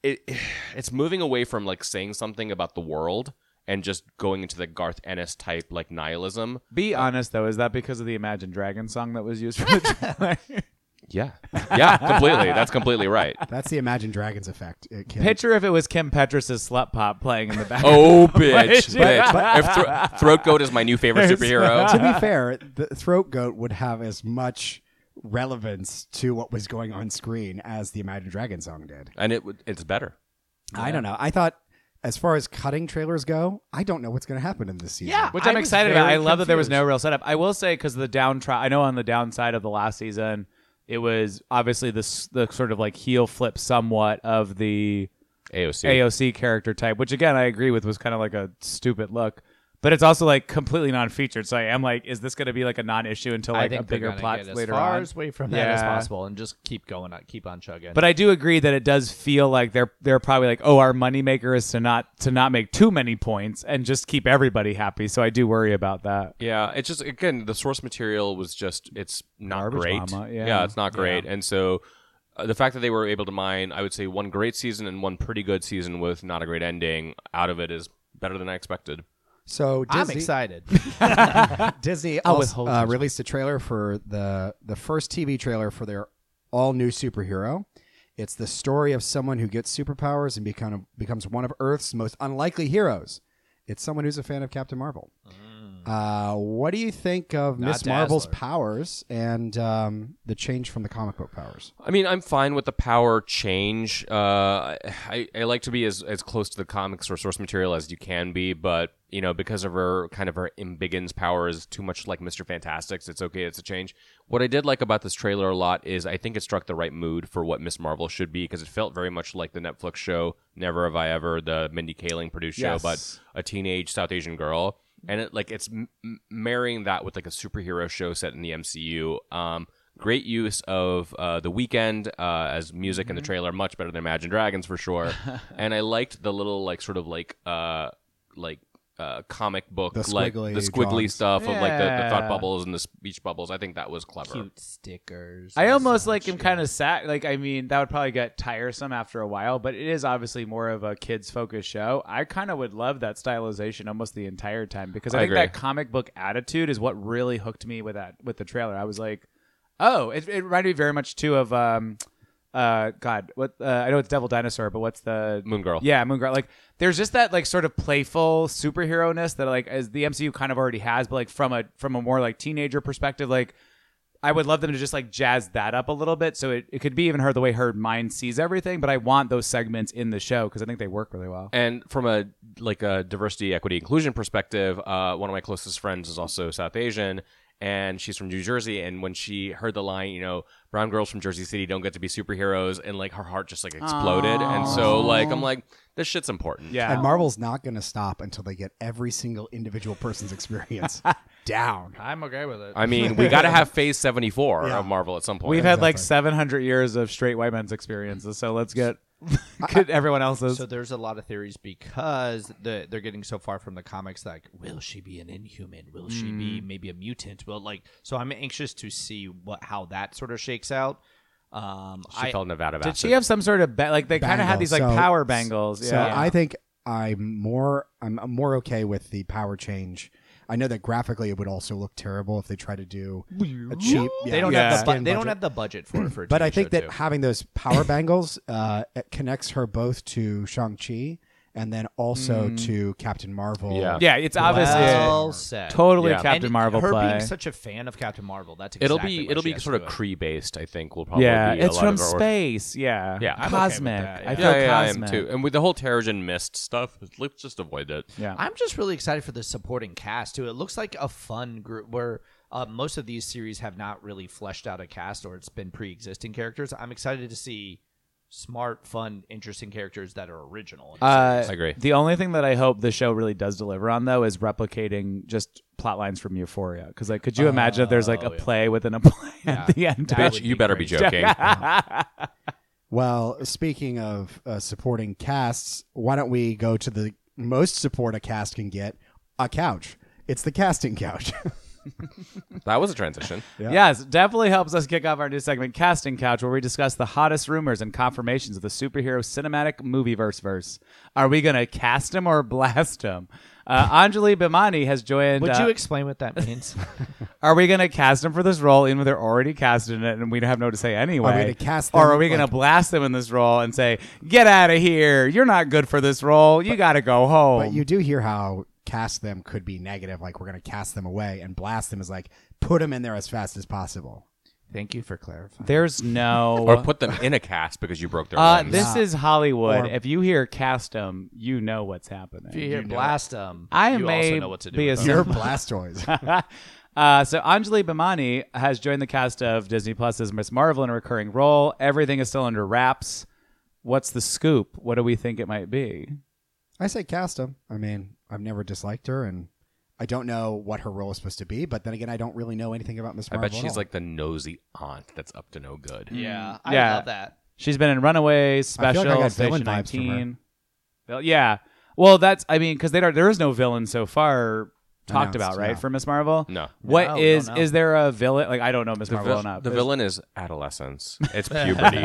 [SPEAKER 2] it it's moving away from like saying something about the world and just going into the Garth Ennis type like nihilism.
[SPEAKER 4] be honest though, is that because of the Imagine Dragon song that was used for the trailer?
[SPEAKER 2] Yeah. Yeah, completely. That's completely right.
[SPEAKER 1] That's the Imagine Dragons effect. It can-
[SPEAKER 4] Picture if it was Kim Petras' slut pop playing in the back.
[SPEAKER 2] Oh, bitch.
[SPEAKER 4] But-
[SPEAKER 2] bitch. If Thro- Throat Goat is my new favorite
[SPEAKER 1] to
[SPEAKER 2] superhero.
[SPEAKER 1] be fair, the throat goat would have as much relevance to what was going on screen as the Imagine Dragon song did.
[SPEAKER 2] And it would- it's better.
[SPEAKER 1] I don't know. I thought as far as cutting trailers go, I don't know what's going to happen in this season.
[SPEAKER 3] Yeah.
[SPEAKER 4] which
[SPEAKER 3] I
[SPEAKER 4] I'm
[SPEAKER 3] was
[SPEAKER 4] excited about.
[SPEAKER 3] very
[SPEAKER 4] I love that there was no real setup. I will say because the down tri- I know on the downside of the last season, it was obviously this the sort of like heel flip somewhat of the
[SPEAKER 2] AOC.
[SPEAKER 4] AOC character type, which again I agree with was kind of like a stupid look. But it's also like completely non-featured, so I am like, is this going to be like a non-issue until
[SPEAKER 3] I
[SPEAKER 4] like
[SPEAKER 3] think
[SPEAKER 4] a bigger plot
[SPEAKER 3] get
[SPEAKER 4] later
[SPEAKER 3] as far
[SPEAKER 4] on?
[SPEAKER 3] as away from that as
[SPEAKER 4] Yeah.
[SPEAKER 3] possible, and just keep going, on, keep on chugging.
[SPEAKER 4] But I do agree that it does feel like they're they're probably like, oh, our moneymaker is to not to not make too many points and just keep everybody happy. So I do worry about that.
[SPEAKER 2] Yeah, it's just again the source material was just it's not
[SPEAKER 4] Garbage
[SPEAKER 2] great.
[SPEAKER 4] mama, yeah.
[SPEAKER 2] it's not great, and so uh, the fact that they were able to mine, I would say, one great season and one pretty good season with not a great ending out of it is better than I expected.
[SPEAKER 1] So Disney,
[SPEAKER 3] I'm excited.
[SPEAKER 1] Disney
[SPEAKER 4] I'll
[SPEAKER 1] also,
[SPEAKER 4] withhold
[SPEAKER 1] uh,
[SPEAKER 4] judgment.
[SPEAKER 1] released a trailer for the the first TV trailer for their all new superhero. It's the story of someone who gets superpowers and become, becomes one of Earth's most unlikely heroes. It's someone who's a fan of Captain Marvel. Uh, what do you think of Miss Marvel's
[SPEAKER 3] Dazzler.
[SPEAKER 1] powers and um, the change from the comic book powers?
[SPEAKER 2] I mean, I'm fine with the power change. Uh, I- I, I like to be as, as close to the comics or source material as you can be, but you know, because of her kind of her Imbiggins power is too much like Mister Fantastic's. It's okay, it's a change. What I did like about this trailer a lot is I think it struck the right mood for what Miss Marvel should be because it felt very much like the Netflix show Never Have I Ever, the Mindy Kaling produced
[SPEAKER 4] Yes.
[SPEAKER 2] show, but a teenage South Asian girl, and it like it's m- m- marrying that with like a superhero show set in the MCU. Um, great use of uh, the weekend uh, as music in the
[SPEAKER 1] Mm-hmm.
[SPEAKER 2] trailer, much better than Imagine Dragons for sure. and I liked the little like sort of like uh like. Uh, comic book,
[SPEAKER 1] The
[SPEAKER 2] like
[SPEAKER 1] squiggly
[SPEAKER 2] the squiggly
[SPEAKER 1] drawings.
[SPEAKER 2] stuff of like the, the thought
[SPEAKER 4] Yeah.
[SPEAKER 2] bubbles and the speech bubbles. I think that was clever.
[SPEAKER 3] Cute stickers.
[SPEAKER 4] I
[SPEAKER 3] and
[SPEAKER 4] almost
[SPEAKER 3] such,
[SPEAKER 4] like am
[SPEAKER 3] yeah.
[SPEAKER 4] kind of sad. Like, I mean, that would probably get tiresome after a while, but it is obviously more of a kids focused show. I kind of would love that stylization almost the entire time because I,
[SPEAKER 2] I
[SPEAKER 4] think
[SPEAKER 2] agree.
[SPEAKER 4] that comic book attitude is what really hooked me with that with the trailer. I was like, oh, it, it reminded me very much too of um, uh, God, what uh, I know it's Devil Dinosaur, but what's the
[SPEAKER 2] Moon Girl.
[SPEAKER 4] Yeah, Moon Girl. Like, there's just that like sort of playful superhero ness that like as the MCU kind of already has, but like from a from a more like teenager perspective, like. I would love them to just like jazz that up a little bit so it, it could be even her the way her mind sees everything, but I want those segments in the show because I think they work really well.
[SPEAKER 2] And from a like a diversity, equity, inclusion perspective, uh, one of my closest friends is also South Asian, and she's from New Jersey. And when she heard the line, you know, brown girls from Jersey City don't get to be superheroes, and like her heart just like exploded. And so like I'm like, this shit's important.
[SPEAKER 4] Yeah.
[SPEAKER 1] And Marvel's not going to stop until they get every single individual person's experience down.
[SPEAKER 3] I'm okay with it.
[SPEAKER 2] I mean, we got to have Phase 74 of Marvel at some point.
[SPEAKER 4] We've had like 700 years of straight white men's experiences, so let's get get everyone else's.
[SPEAKER 3] So there's a lot of theories because the, they're getting so far from the comics. Like, will she be an Inhuman? Will she be maybe a mutant? Well, like, so I'm anxious to see what how that sort of shakes out. Um,
[SPEAKER 2] she
[SPEAKER 3] I
[SPEAKER 2] fell Nevada.
[SPEAKER 4] Did she have some sort of ba- like they kind of
[SPEAKER 1] Bangle,
[SPEAKER 4] had these like
[SPEAKER 1] so-
[SPEAKER 4] power bangles? Yeah.
[SPEAKER 1] So I think I'm more I'm I'm more okay with the power change. I know that graphically it would also look terrible if they try to do a cheap.
[SPEAKER 3] they don't
[SPEAKER 4] Yeah.
[SPEAKER 3] have the bu-
[SPEAKER 1] skin
[SPEAKER 3] they don't
[SPEAKER 1] budget.
[SPEAKER 3] have the budget for it for. A
[SPEAKER 1] But
[SPEAKER 3] TV
[SPEAKER 1] I think
[SPEAKER 3] show,
[SPEAKER 1] that
[SPEAKER 3] too.
[SPEAKER 1] having those power bangles uh, it connects her both to Shang Chi and then
[SPEAKER 3] Hmm.
[SPEAKER 1] also to Captain Marvel.
[SPEAKER 2] Yeah.
[SPEAKER 4] yeah, it's obviously
[SPEAKER 3] well said.
[SPEAKER 4] totally
[SPEAKER 2] Yeah.
[SPEAKER 4] a Captain
[SPEAKER 3] And
[SPEAKER 4] Marvel
[SPEAKER 3] Her
[SPEAKER 4] play.
[SPEAKER 3] being such a fan of Captain Marvel, that's exactly
[SPEAKER 2] It'll be
[SPEAKER 3] why
[SPEAKER 2] it'll
[SPEAKER 3] she
[SPEAKER 2] be
[SPEAKER 3] has
[SPEAKER 2] sort
[SPEAKER 3] to
[SPEAKER 2] of
[SPEAKER 3] do it.
[SPEAKER 2] Cree based. I think will probably
[SPEAKER 4] yeah,
[SPEAKER 2] be a
[SPEAKER 4] it's
[SPEAKER 2] lot
[SPEAKER 4] from
[SPEAKER 2] of our-
[SPEAKER 4] space. Yeah,
[SPEAKER 2] Yeah. I'm okay
[SPEAKER 3] with
[SPEAKER 4] cosmic.
[SPEAKER 3] that,
[SPEAKER 4] I
[SPEAKER 3] yeah.
[SPEAKER 4] feel
[SPEAKER 2] Yeah, yeah, I am
[SPEAKER 4] cosmic
[SPEAKER 2] too. And with the whole Terrigen mist stuff, let's just avoid it.
[SPEAKER 4] Yeah,
[SPEAKER 3] I'm just really excited for the supporting cast too. It looks like a fun group where uh, most of these series have not really fleshed out a cast or it's been pre-existing characters. I'm excited to see smart, fun, interesting characters that are original. in the
[SPEAKER 4] Uh,
[SPEAKER 2] I agree.
[SPEAKER 4] The only thing that I hope the show really does deliver on, though, is replicating just plot lines from Euphoria. Because, like, could you imagine if there's like
[SPEAKER 2] Oh,
[SPEAKER 4] a play within a play at the end?
[SPEAKER 3] That
[SPEAKER 2] Bitch,
[SPEAKER 3] would
[SPEAKER 2] you
[SPEAKER 3] be
[SPEAKER 2] better be
[SPEAKER 3] crazy.
[SPEAKER 2] joking.
[SPEAKER 1] Well, speaking of uh, supporting casts, why don't we go to the most support a cast can get? A couch. It's the casting couch.
[SPEAKER 2] That was a transition.
[SPEAKER 4] Yes, definitely helps us kick off our new segment, Casting Couch, where we discuss the hottest rumors and confirmations of the superhero cinematic movie verse verse. Are we going to cast him or blast him? Uh, Anjali Bimani has joined.
[SPEAKER 3] Would
[SPEAKER 4] uh,
[SPEAKER 3] you explain what that means?
[SPEAKER 4] are we going to cast them for this role, even though they're already cast in it and we don't have no to say anyway?
[SPEAKER 1] gonna cast
[SPEAKER 4] or
[SPEAKER 1] them,
[SPEAKER 4] are we going
[SPEAKER 1] like-
[SPEAKER 4] to blast them in this role and say, "Get out of here! You're not good for this role. You got to go home."
[SPEAKER 1] But you do hear how cast them could be negative, like we're going to cast them away, and blast them is like put them in there as fast as possible.
[SPEAKER 3] Thank you for clarifying.
[SPEAKER 4] There's no.
[SPEAKER 2] or put them in a cast because you broke their
[SPEAKER 4] uh,
[SPEAKER 2] limbs.
[SPEAKER 4] this is Hollywood.
[SPEAKER 1] Or-
[SPEAKER 4] if you hear Castum, you know what's happening.
[SPEAKER 3] If you hear
[SPEAKER 2] know
[SPEAKER 3] blast them,
[SPEAKER 4] I
[SPEAKER 3] you
[SPEAKER 4] may
[SPEAKER 3] also know what to do.
[SPEAKER 4] be
[SPEAKER 3] with
[SPEAKER 4] a
[SPEAKER 3] them.
[SPEAKER 1] Your Blastoise.
[SPEAKER 4] Uh, so Anjali Bimani has joined the cast of Disney Plus as Miss Marvel in a recurring role. Everything is still under wraps. What's the scoop? What do we think it might be?
[SPEAKER 1] I say cast him. I mean, I've never disliked her, and I don't know what her role is supposed to be. But then again, I don't really know anything about Miss
[SPEAKER 2] I
[SPEAKER 1] Marvel.
[SPEAKER 2] bet
[SPEAKER 1] at
[SPEAKER 2] she's
[SPEAKER 1] all.
[SPEAKER 2] like the nosy aunt that's up to no good.
[SPEAKER 3] yeah, I
[SPEAKER 4] Yeah.
[SPEAKER 3] love that.
[SPEAKER 4] She's been in Runaways,
[SPEAKER 1] I feel
[SPEAKER 4] Special,
[SPEAKER 1] like I got
[SPEAKER 4] Station
[SPEAKER 1] villain vibes from her.
[SPEAKER 4] 19. Well, yeah. Well, that's I mean because they don't. There is no villain so far talked
[SPEAKER 1] Announced,
[SPEAKER 4] about, right?
[SPEAKER 1] yeah.
[SPEAKER 4] For Miss Marvel,
[SPEAKER 2] No.
[SPEAKER 3] No,
[SPEAKER 4] What
[SPEAKER 3] no,
[SPEAKER 4] is
[SPEAKER 3] no.
[SPEAKER 4] is there a villain? Like I don't know Miss
[SPEAKER 2] The,
[SPEAKER 4] Marvel
[SPEAKER 2] vil-
[SPEAKER 4] enough.
[SPEAKER 2] the
[SPEAKER 4] Is-
[SPEAKER 2] villain is adolescence. It's puberty.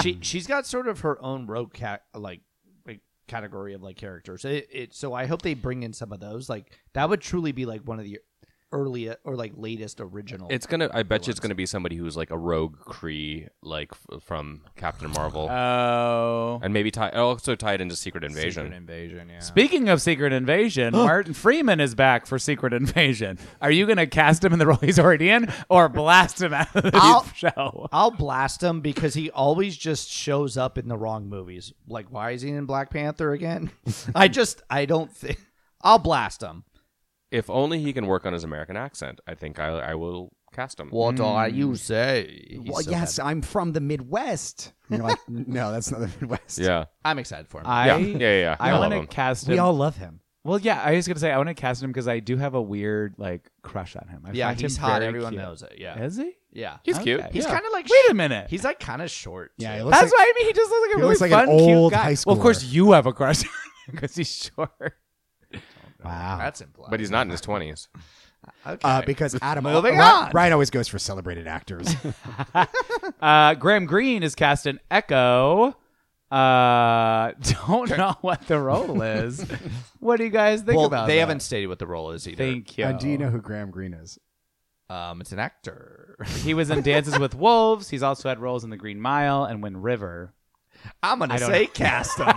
[SPEAKER 3] she she's got sort of her own rogue cat like like category of like characters. It, it so I hope they bring in some of those. Like that would truly be like one of the early or like latest original.
[SPEAKER 2] it's gonna. I bet you it's gonna be somebody who's like a rogue Cree, like f- from Captain Marvel,
[SPEAKER 4] uh, Oh.
[SPEAKER 2] and maybe tie also tie it into Secret Invasion.
[SPEAKER 3] Secret invasion. Yeah.
[SPEAKER 4] Speaking of Secret Invasion, Martin Freeman is back for Secret Invasion. Are you going to cast him in the role he's already in, or blast him out of the
[SPEAKER 3] I'll-
[SPEAKER 4] show?
[SPEAKER 3] I'll blast him because he always just shows up in the wrong movies. Like, why is he in Black Panther again? I just, I don't think. I'll blast him.
[SPEAKER 2] If only he can work on his American accent, I think I, I will cast him.
[SPEAKER 3] What are you say?
[SPEAKER 1] well, yes, I'm from the Midwest. And you're like, no, that's not the Midwest.
[SPEAKER 2] Yeah.
[SPEAKER 3] I'm excited for him.
[SPEAKER 4] I
[SPEAKER 2] Yeah. Yeah. Yeah. yeah.
[SPEAKER 4] I
[SPEAKER 2] love
[SPEAKER 4] want to
[SPEAKER 2] him.
[SPEAKER 4] cast him.
[SPEAKER 1] We all love him.
[SPEAKER 4] well, yeah, I was going to say I want to cast him because I do have a weird like crush on him. I
[SPEAKER 3] yeah,
[SPEAKER 4] find him
[SPEAKER 3] he's hot.
[SPEAKER 4] very
[SPEAKER 3] Everyone
[SPEAKER 4] cute.
[SPEAKER 3] knows it. Yeah,
[SPEAKER 4] Is he?
[SPEAKER 3] yeah.
[SPEAKER 2] He's cute.
[SPEAKER 4] Okay.
[SPEAKER 3] He's
[SPEAKER 2] yeah.
[SPEAKER 3] kind of like.
[SPEAKER 4] Wait a minute.
[SPEAKER 3] He's like kind of short.
[SPEAKER 1] Yeah,
[SPEAKER 3] too.
[SPEAKER 1] he looks
[SPEAKER 4] That's
[SPEAKER 1] like,
[SPEAKER 4] why I mean he just looks like a
[SPEAKER 1] He
[SPEAKER 4] really
[SPEAKER 1] looks like
[SPEAKER 4] fun,
[SPEAKER 1] an
[SPEAKER 4] cute
[SPEAKER 1] old
[SPEAKER 4] guy.
[SPEAKER 1] high
[SPEAKER 4] well, of course
[SPEAKER 1] schooler.
[SPEAKER 4] you have a crush because he's short.
[SPEAKER 1] wow.
[SPEAKER 3] that's implied.
[SPEAKER 2] But he's not in his twenties.
[SPEAKER 3] okay.
[SPEAKER 1] uh, because Adam
[SPEAKER 3] Moving
[SPEAKER 1] Ry-
[SPEAKER 3] on.
[SPEAKER 1] Ryan always goes for celebrated actors.
[SPEAKER 4] Uh, Graham Greene is cast in Echo. Uh, don't know what the role is. what do you guys think
[SPEAKER 3] well,
[SPEAKER 4] about?
[SPEAKER 3] they
[SPEAKER 4] that?
[SPEAKER 3] haven't stated what the role is either.
[SPEAKER 4] Thank you.
[SPEAKER 1] and Uh, do you know who Graham Greene is?
[SPEAKER 3] Um, it's an actor.
[SPEAKER 4] he was in Dances with Wolves. He's also had roles in The Green Mile and Wind River.
[SPEAKER 3] I'm gonna
[SPEAKER 4] don't
[SPEAKER 3] say cast him.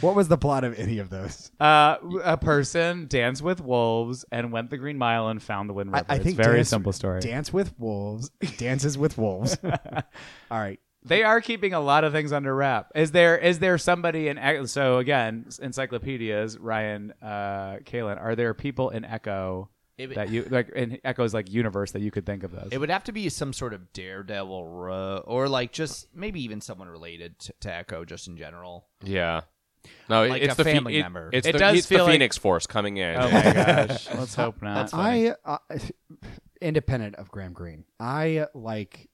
[SPEAKER 1] What was the plot of any of those?
[SPEAKER 4] Uh, a person danced with wolves and went the Green Mile and found the Wind
[SPEAKER 1] I,
[SPEAKER 4] River.
[SPEAKER 1] I
[SPEAKER 4] It's
[SPEAKER 1] think
[SPEAKER 4] very
[SPEAKER 1] dance-
[SPEAKER 4] simple story.
[SPEAKER 1] Dance with wolves, dances with wolves. All right,
[SPEAKER 4] They are keeping a lot of things under wrap. Is there is there somebody in Ec- so again encyclopedias? Ryan, uh, Kalen, are there people in Echo
[SPEAKER 3] It would-
[SPEAKER 4] that you like in Echo's like universe that you could think of those?
[SPEAKER 3] It would have to be some sort of daredevil ro- or like just maybe even someone related to, to Echo just in general.
[SPEAKER 2] Yeah. No,
[SPEAKER 3] Like
[SPEAKER 2] it's
[SPEAKER 3] a
[SPEAKER 2] the phe-
[SPEAKER 3] family
[SPEAKER 2] it-
[SPEAKER 3] member.
[SPEAKER 2] It's
[SPEAKER 4] It
[SPEAKER 2] the,
[SPEAKER 4] does
[SPEAKER 2] it's
[SPEAKER 4] feel
[SPEAKER 2] the
[SPEAKER 4] like-
[SPEAKER 2] Phoenix Force coming in.
[SPEAKER 4] oh my gosh, let's hope not.
[SPEAKER 1] I uh, independent of Graham Greene, I like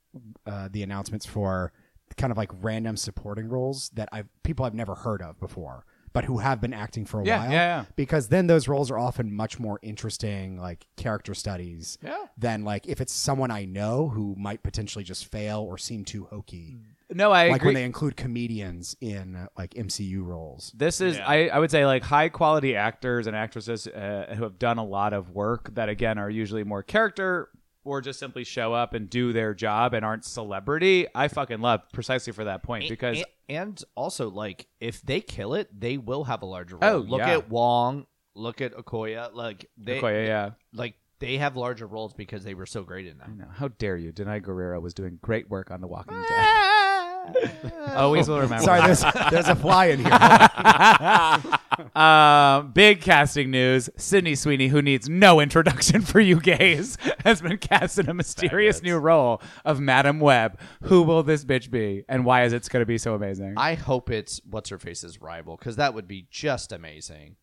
[SPEAKER 1] uh, the announcements for kind of like random supporting roles that I've people I've never heard of before, but who have been acting for a
[SPEAKER 4] Yeah,
[SPEAKER 1] while.
[SPEAKER 4] yeah, yeah.
[SPEAKER 1] Because then those roles are often much more interesting, like character studies,
[SPEAKER 4] Yeah.
[SPEAKER 1] than like if it's someone I know who might potentially just fail or seem too hokey.
[SPEAKER 4] no, I
[SPEAKER 1] like
[SPEAKER 4] agree.
[SPEAKER 1] when they include comedians in uh, like MCU roles.
[SPEAKER 4] This is
[SPEAKER 3] Yeah.
[SPEAKER 4] I, I would say like high quality actors and actresses uh, who have done a lot of work that again are usually more character or just simply show up and do their job and aren't celebrity. I fucking love precisely for that point because
[SPEAKER 3] and, and also like if they kill it, they will have a larger role.
[SPEAKER 4] Oh,
[SPEAKER 3] look
[SPEAKER 4] yeah.
[SPEAKER 3] at Wong, look at Okoya, like they
[SPEAKER 4] Okoye, yeah.
[SPEAKER 3] like they have larger roles because they were so great in
[SPEAKER 4] I
[SPEAKER 3] them.
[SPEAKER 4] know. How dare you? Denai Guerrero was doing great work on The Walking Dead. Always will remember.
[SPEAKER 1] Sorry, there's there's a fly in here.
[SPEAKER 4] Uh, big casting news. Sydney Sweeney, who needs no introduction for you gays, has been cast in a mysterious new role of Madam Web. Who will this bitch be? And why is it going to be so amazing?
[SPEAKER 3] I hope it's what's her face's rival because that would be just amazing.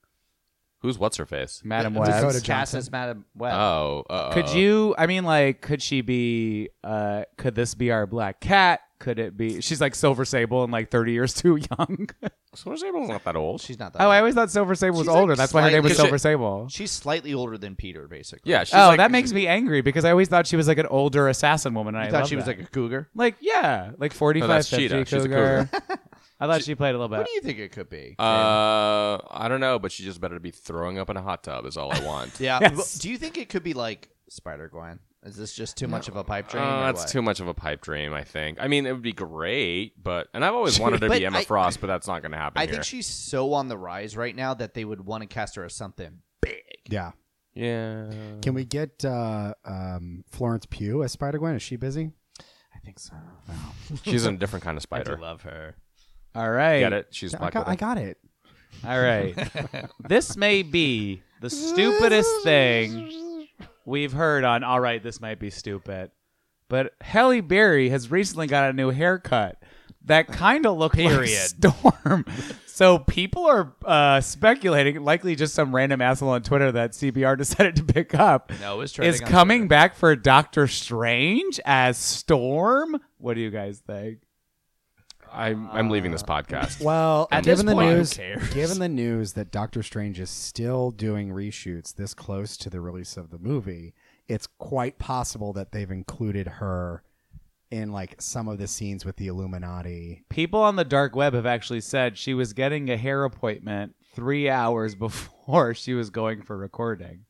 [SPEAKER 2] Who's what's her face?
[SPEAKER 4] Madam
[SPEAKER 1] Dakota
[SPEAKER 4] Web.
[SPEAKER 1] Johnson.
[SPEAKER 3] Cast as Madam Web.
[SPEAKER 2] Oh, uh,
[SPEAKER 4] Could you, I mean, like, could she be, uh, could this be our black cat? Could it be, she's like Silver Sable and like 30 years too young.
[SPEAKER 2] Solar Sable's not that old.
[SPEAKER 3] she's not that.
[SPEAKER 4] oh,
[SPEAKER 3] old.
[SPEAKER 4] I always thought Silver Sable was
[SPEAKER 3] She's, like,
[SPEAKER 4] older. That's why her name was
[SPEAKER 3] slightly-
[SPEAKER 4] Silver Sable.
[SPEAKER 3] she's slightly older than Peter, basically.
[SPEAKER 2] yeah. She's
[SPEAKER 4] oh,
[SPEAKER 2] like-
[SPEAKER 4] that makes me angry because I always thought she was like an older assassin woman. And
[SPEAKER 3] I
[SPEAKER 4] I
[SPEAKER 3] thought
[SPEAKER 4] love
[SPEAKER 3] she was
[SPEAKER 4] that.
[SPEAKER 3] like a cougar.
[SPEAKER 4] Like yeah, like 45,
[SPEAKER 2] that's
[SPEAKER 4] 50
[SPEAKER 2] Cheetah. She's a
[SPEAKER 4] cougar. I thought she, played a little bit.
[SPEAKER 3] What do you think it could be?
[SPEAKER 2] Uh, I don't know, but she just better be throwing up in a hot tub is all I want.
[SPEAKER 3] Yeah.
[SPEAKER 4] Yes.
[SPEAKER 3] Well, Do you think it could be like Spider Gwen? Is this just too much of a pipe dream?
[SPEAKER 2] Uh,
[SPEAKER 3] or
[SPEAKER 2] that's
[SPEAKER 3] what?
[SPEAKER 2] too much of a pipe dream, I think. I mean, it would be great, but and I've always wanted her to
[SPEAKER 3] But
[SPEAKER 2] be Emma
[SPEAKER 3] I-
[SPEAKER 2] Frost, but that's not going to happen.
[SPEAKER 3] I
[SPEAKER 2] here.
[SPEAKER 3] think she's so on the rise right now that they would want to cast her as something big.
[SPEAKER 1] yeah.
[SPEAKER 2] yeah.
[SPEAKER 1] Can we get uh, um, Florence Pugh as Spider Gwen? Is she busy?
[SPEAKER 4] think so.
[SPEAKER 2] She's a different kind of
[SPEAKER 3] I do
[SPEAKER 2] spider.
[SPEAKER 3] love her.
[SPEAKER 4] All right.
[SPEAKER 2] Get it? She's
[SPEAKER 1] I
[SPEAKER 2] Black
[SPEAKER 1] got, I
[SPEAKER 2] Widow.
[SPEAKER 1] got it.
[SPEAKER 4] All right. this may be the stupidest thing we've heard on All Right, This Might Be Stupid. But Halle Berry has recently got a new haircut that kind of looked like
[SPEAKER 3] Period.
[SPEAKER 4] Storm. so people are uh, speculating, likely just some random asshole on Twitter that CBR decided to pick up,
[SPEAKER 3] No, it was trending
[SPEAKER 4] is
[SPEAKER 3] on
[SPEAKER 4] coming
[SPEAKER 3] Twitter.
[SPEAKER 4] back for Doctor Strange as Storm. What do you guys think?
[SPEAKER 2] I'm, I'm leaving this podcast.
[SPEAKER 1] Well,
[SPEAKER 3] At
[SPEAKER 1] given
[SPEAKER 3] this
[SPEAKER 1] the
[SPEAKER 3] point, who
[SPEAKER 1] news,
[SPEAKER 3] cares?
[SPEAKER 1] given the news that Doctor Strange is still doing reshoots this close to the release of the movie, it's quite possible that they've included her in like some of the scenes with the Illuminati.
[SPEAKER 4] people on the dark web have actually said she was getting a hair appointment three hours before she was going for recording.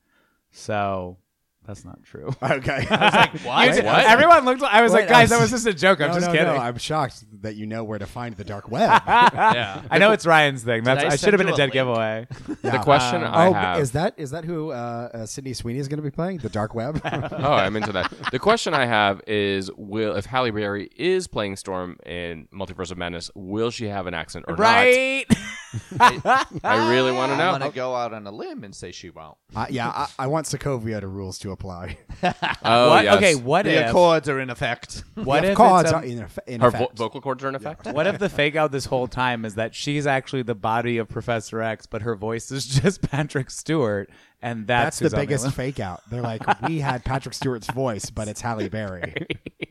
[SPEAKER 4] So that's not true.
[SPEAKER 1] Okay.
[SPEAKER 4] You did-
[SPEAKER 2] What?
[SPEAKER 4] Everyone looked. like- I was
[SPEAKER 1] Wait,
[SPEAKER 4] like, guys,
[SPEAKER 1] I
[SPEAKER 4] that was
[SPEAKER 1] was-
[SPEAKER 4] just a joke. I'm
[SPEAKER 1] no,
[SPEAKER 4] just
[SPEAKER 1] no,
[SPEAKER 4] kidding.
[SPEAKER 1] no, I'm shocked that you know where to find the dark web.
[SPEAKER 3] Yeah.
[SPEAKER 4] I know it's Ryan's thing. That's
[SPEAKER 3] I
[SPEAKER 4] I, should
[SPEAKER 3] send
[SPEAKER 4] have been
[SPEAKER 3] you
[SPEAKER 4] a
[SPEAKER 3] a
[SPEAKER 4] dead
[SPEAKER 3] link?
[SPEAKER 4] giveaway.
[SPEAKER 2] The question I
[SPEAKER 1] oh,
[SPEAKER 2] have.
[SPEAKER 1] is that is that who uh, uh, Sydney Sweeney is going to be playing? The dark web.
[SPEAKER 2] oh, I'm into that. The question I have is: Will if Halle Berry is playing Storm in Multiverse of Madness, will she have an accent or
[SPEAKER 4] right?
[SPEAKER 2] not? I really want to
[SPEAKER 3] I'm gonna
[SPEAKER 2] know.
[SPEAKER 3] go out on Ah, a limb and say she won't.
[SPEAKER 1] uh, yeah, I, I want Sokovia to rules to apply.
[SPEAKER 2] Oh,
[SPEAKER 4] what?
[SPEAKER 2] yes.
[SPEAKER 4] Okay. What
[SPEAKER 3] The
[SPEAKER 4] if?
[SPEAKER 3] Accords are in effect.
[SPEAKER 4] What
[SPEAKER 1] The
[SPEAKER 4] if?
[SPEAKER 1] cards
[SPEAKER 4] it's um, a-
[SPEAKER 1] are in, eff- in
[SPEAKER 2] Her vo-
[SPEAKER 1] effect.
[SPEAKER 2] vocal cords are in effect.
[SPEAKER 4] what if the fake out this whole time is that she's actually the body of Professor X, but her voice is just Patrick Stewart, and
[SPEAKER 1] That's
[SPEAKER 4] that's,
[SPEAKER 1] the
[SPEAKER 4] who's on
[SPEAKER 1] biggest
[SPEAKER 4] list.
[SPEAKER 1] fake out. They're like, we had Patrick Stewart's voice, but it's Halle Berry.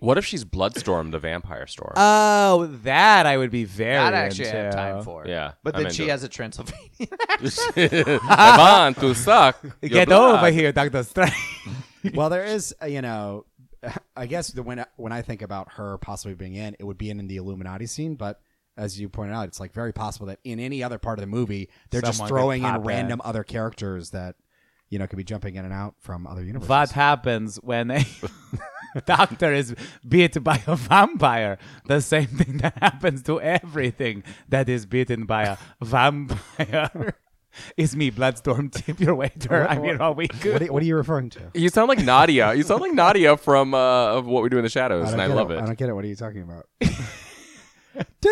[SPEAKER 2] What if she's Bloodstorm, the Vampire Storm?
[SPEAKER 4] Oh, that I would be very.
[SPEAKER 3] I'd actually have
[SPEAKER 4] into.
[SPEAKER 3] time for.
[SPEAKER 2] Yeah,
[SPEAKER 3] But
[SPEAKER 2] I'm
[SPEAKER 3] then she
[SPEAKER 2] into it.
[SPEAKER 3] has a Transylvania.
[SPEAKER 2] Ivan, tu suck. Your
[SPEAKER 4] Get
[SPEAKER 2] blood.
[SPEAKER 4] over here, Doctor Strange.
[SPEAKER 1] well, there is, uh, you know, I guess the when when I think about her possibly being in, it would be in, the Illuminati scene, but. As you pointed out, it's like very possible that in any other part of the movie, they're
[SPEAKER 4] Someone
[SPEAKER 1] just
[SPEAKER 4] could
[SPEAKER 1] throwing in
[SPEAKER 4] pop in.
[SPEAKER 1] random other characters that, you know, could be jumping in and out from other universes.
[SPEAKER 4] what happens when a doctor is beat by a vampire? The same thing that happens to everything that is beaten by a vampire. Is me Bloodstorm tip your waiter? I'm here all week.
[SPEAKER 1] what, are, what are you referring to?
[SPEAKER 2] You sound like Nadia. You sound like Nadia from uh, of what we do in the shadows, and I
[SPEAKER 1] get
[SPEAKER 2] love
[SPEAKER 1] I
[SPEAKER 2] it.
[SPEAKER 1] don't get it. What are you talking about?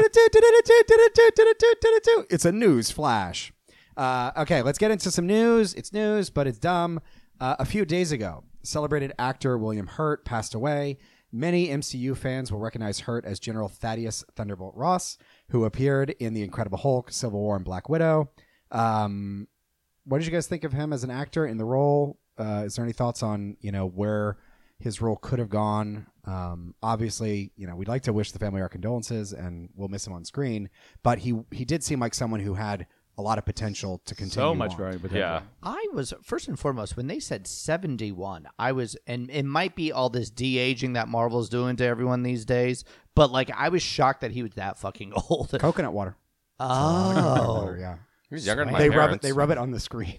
[SPEAKER 1] it's a news flash. Uh, okay, let's get into some news. It's news, but it's dumb. Uh, a few days ago, celebrated actor William Hurt passed away. Many MCU fans will recognize Hurt as General Thaddeus Thunderbolt Ross, who appeared in The Incredible Hulk, Civil War, and Black Widow. Um, what did you guys think of him as an actor in the role? Uh, is there any thoughts on you know where his role could have gone? Um, obviously, you know we'd like to wish the family our condolences, and we'll miss him on screen. But he he did seem like someone who had a lot of potential to continue.
[SPEAKER 4] So much
[SPEAKER 1] on.
[SPEAKER 4] growing potential.
[SPEAKER 2] Yeah,
[SPEAKER 3] I was first and foremost when they said 71. I was, and it might be all this de aging that Marvel's doing to everyone these days, but like I was shocked that he was that fucking old.
[SPEAKER 1] coconut water. Coconut
[SPEAKER 3] Oh,
[SPEAKER 1] water, yeah.
[SPEAKER 2] he was younger than my
[SPEAKER 1] they rub it.
[SPEAKER 2] parents.
[SPEAKER 1] They rub it on the screen.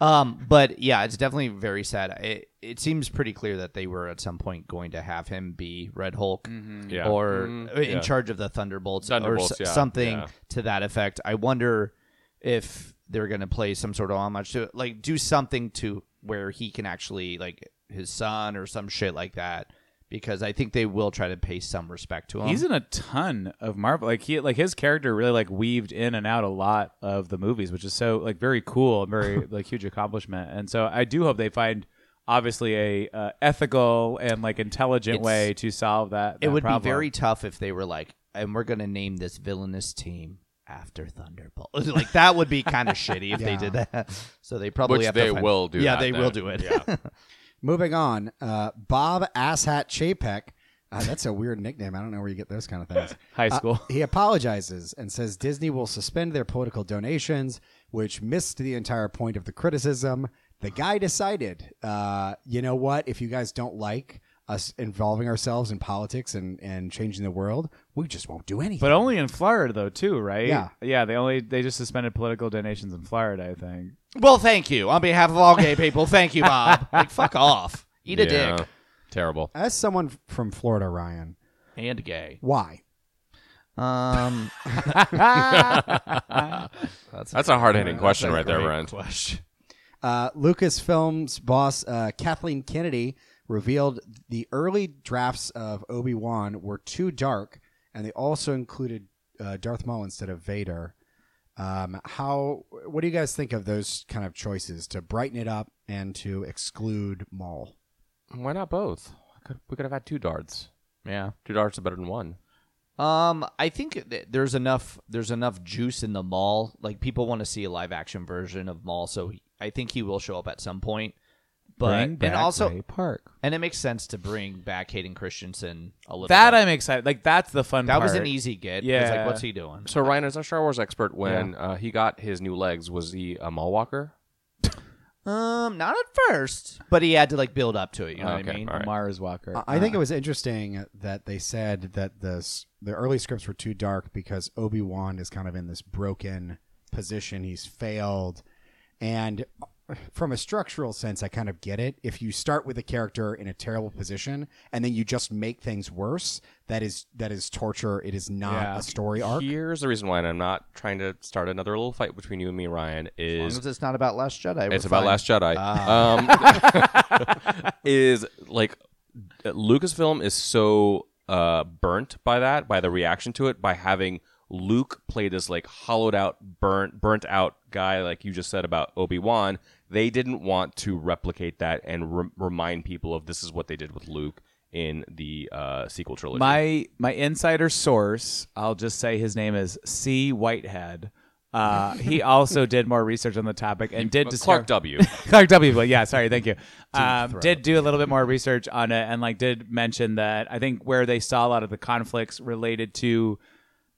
[SPEAKER 3] um, but yeah, it's definitely very sad. It it seems pretty clear that they were at some point going to have him be Red Hulk
[SPEAKER 2] Yeah.
[SPEAKER 3] or
[SPEAKER 2] Mhm.
[SPEAKER 3] in
[SPEAKER 2] Yeah.
[SPEAKER 3] charge of the Thunderbolts,
[SPEAKER 2] Thunderbolts,
[SPEAKER 3] or s-
[SPEAKER 2] yeah,
[SPEAKER 3] something
[SPEAKER 2] yeah.
[SPEAKER 3] to that effect. I wonder if they're going to play some sort of homage to it, like do something to where he can actually like his son or some shit like that. Because I think they will try to pay some respect to him.
[SPEAKER 4] He's in a ton of Marvel. Like he, like his character really like weaved in and out a lot of the movies, which is so like very cool and very like huge accomplishment. And so I do hope they find obviously a uh, ethical and like intelligent
[SPEAKER 3] It's-
[SPEAKER 4] way to solve that.
[SPEAKER 3] it
[SPEAKER 4] that
[SPEAKER 3] would
[SPEAKER 4] problem.
[SPEAKER 3] be very tough if they were like, and we're going to name this villainous team after Thunderbolt. like that would be kind of shitty if they
[SPEAKER 1] Yeah.
[SPEAKER 3] did that. So they probably
[SPEAKER 2] Which
[SPEAKER 3] have
[SPEAKER 2] they
[SPEAKER 3] to find-
[SPEAKER 2] will do
[SPEAKER 3] Yeah,
[SPEAKER 2] that
[SPEAKER 3] they
[SPEAKER 2] then.
[SPEAKER 3] will do it.
[SPEAKER 2] Yeah.
[SPEAKER 1] Moving on, uh, Bob Asshat Chapek. Uh, that's a weird nickname. I don't know where you get those kind of things.
[SPEAKER 4] high
[SPEAKER 1] Uh,
[SPEAKER 4] school.
[SPEAKER 1] he apologizes and says Disney will suspend their political donations, which missed the entire point of the criticism. The guy decided, uh, you know what? If you guys don't like us involving ourselves in politics and, and changing the world, we just won't do anything.
[SPEAKER 4] but only in Florida, though, too, right?
[SPEAKER 1] Yeah.
[SPEAKER 4] yeah. They only they just suspended political donations in Florida, I think.
[SPEAKER 3] Well, thank you on behalf of all gay people. Thank you, Bob. like fuck off. Eat a
[SPEAKER 2] Yeah.
[SPEAKER 3] dick
[SPEAKER 2] Terrible.
[SPEAKER 1] As someone f- from Florida, Ryan,
[SPEAKER 3] and gay.
[SPEAKER 1] why?
[SPEAKER 3] Um,
[SPEAKER 2] That's a hard-hitting question
[SPEAKER 3] that's a
[SPEAKER 2] right there,
[SPEAKER 3] great
[SPEAKER 2] Brent.
[SPEAKER 3] Question.
[SPEAKER 1] Uh, Lucasfilm's boss uh, Kathleen Kennedy revealed the early drafts of Obi Wan were too dark, and they also included uh, Darth Maul instead of Vader. Um, how? What do you guys think of those kind of choices to brighten it up and to exclude Maul?
[SPEAKER 2] Why not both? I could- we could have had two darts.
[SPEAKER 3] Yeah.
[SPEAKER 2] Two darts are better than one.
[SPEAKER 3] Um, I think th- there's enough there's enough juice in the mall. Like people want to see a live action version of Maul, so he, I think he will show up at some point. But
[SPEAKER 4] Bring back
[SPEAKER 3] and also
[SPEAKER 4] Ray Park.
[SPEAKER 3] and it makes sense to bring back Hayden Christensen a little.
[SPEAKER 4] That
[SPEAKER 3] bit.
[SPEAKER 4] I'm excited. Like that's the fun.
[SPEAKER 3] that was
[SPEAKER 4] part.
[SPEAKER 3] an easy get. Yeah,
[SPEAKER 4] Yeah.
[SPEAKER 3] like what's he doing?
[SPEAKER 2] So Ryan, as our Star Wars expert, when uh, he got his new legs, was he a mall walker?
[SPEAKER 3] Um, not at first, but he had to like build up to it. You know what I
[SPEAKER 2] Okay,
[SPEAKER 3] mean?
[SPEAKER 2] all right.
[SPEAKER 4] Mars Walker.
[SPEAKER 3] Uh,
[SPEAKER 1] I I think it was interesting that they said that the s- the early scripts were too dark because Obi Wan is kind of in this broken position. He's failed, and uh, from a structural sense, I kind of get it. If you start with a character in a terrible position and then you just make things worse, that is that is torture. It is not
[SPEAKER 4] Yeah.
[SPEAKER 1] a story arc.
[SPEAKER 2] Here's the reason why, and I'm not trying to start another little fight between you and me, Ryan.
[SPEAKER 3] As long
[SPEAKER 2] Is
[SPEAKER 3] as it's not about Last Jedi. we're
[SPEAKER 2] it's about
[SPEAKER 3] fine. Ah.
[SPEAKER 2] Last Jedi. Um, is like Lucasfilm is so uh, burnt by that, by the reaction to it, by having Luke play this like hollowed out, burnt, burnt out guy, like you just said about Obi Wan. They didn't want to replicate that and re- remind people of this is what they did with Luke in the uh, sequel trilogy.
[SPEAKER 4] my my insider source. I'll just say his name is C. Whitehead. Uh, he also did more research on the topic and did
[SPEAKER 2] But
[SPEAKER 4] discover
[SPEAKER 2] Clark W.
[SPEAKER 4] Clark W. Well, yeah, sorry, thank you. Um, did do a little bit more research on it and like did mention that I think where they saw a lot of the conflicts related to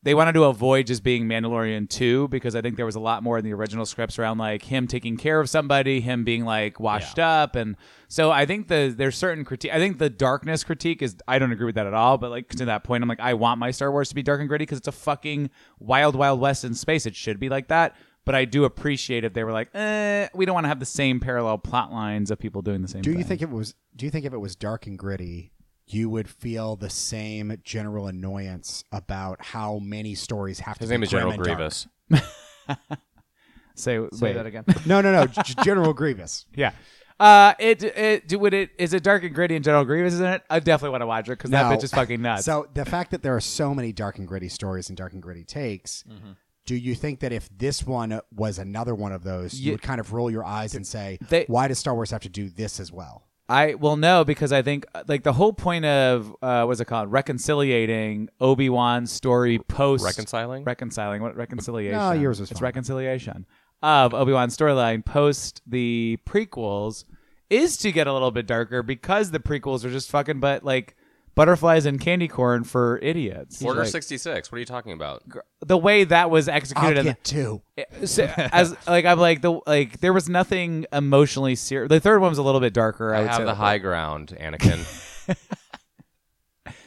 [SPEAKER 4] they wanted to avoid just being Mandalorian 2 because I think there was a lot more in the original scripts around like him taking care of somebody, him being like washed up and so I think the there's certain critique I think the darkness critique is I don't agree with that at all, but like to that point I'm like I want my Star Wars to be dark and gritty because it's a fucking wild wild west in space. It should be like that. But I do appreciate if they were like, eh, we don't want to have the same parallel plot lines of people doing the same
[SPEAKER 1] Do
[SPEAKER 4] thing.
[SPEAKER 1] you think it was? Do you think if it was dark and gritty, you would feel the same general annoyance about how many stories have to
[SPEAKER 2] His
[SPEAKER 1] be
[SPEAKER 2] name is
[SPEAKER 1] grim
[SPEAKER 2] General
[SPEAKER 1] and dark?
[SPEAKER 2] Grievous.
[SPEAKER 4] say,
[SPEAKER 3] Say
[SPEAKER 4] wait.
[SPEAKER 3] that again.
[SPEAKER 1] No, no, no, G- General Grievous.
[SPEAKER 4] Yeah. Uh, it it do would it is it dark and gritty and General Grievous in it? I definitely want to watch it because that
[SPEAKER 1] No.
[SPEAKER 4] bitch is fucking nuts.
[SPEAKER 1] So the fact that there are so many dark and gritty stories and dark and gritty takes,
[SPEAKER 3] Mm-hmm.
[SPEAKER 1] do you think that if this one was another one of those, you
[SPEAKER 4] Ye-
[SPEAKER 1] would kind of roll your eyes and say,
[SPEAKER 4] they-
[SPEAKER 1] "Why does Star Wars have to do this as well?"
[SPEAKER 4] I well no because I think uh, like the whole point of uh, what's it called reconciliating Obi Wan's story post
[SPEAKER 2] Reconciling?
[SPEAKER 4] reconciling what reconciliation
[SPEAKER 1] No, yours was
[SPEAKER 4] it's
[SPEAKER 1] fine.
[SPEAKER 4] reconciliation of Obi Wan's storyline post the prequels is to get a little bit darker because the prequels are just fucking but like butterflies and candy corn for idiots
[SPEAKER 2] Order
[SPEAKER 4] Like,
[SPEAKER 2] 66. What are you talking about?
[SPEAKER 4] the way that was executed
[SPEAKER 1] I'll
[SPEAKER 4] in the-
[SPEAKER 1] get two.
[SPEAKER 4] so, as like I'm like the like there was nothing emotionally serious. The third one was a little bit darker. I,
[SPEAKER 2] I
[SPEAKER 4] would say
[SPEAKER 2] have the
[SPEAKER 4] that-
[SPEAKER 2] high ground, Anakin.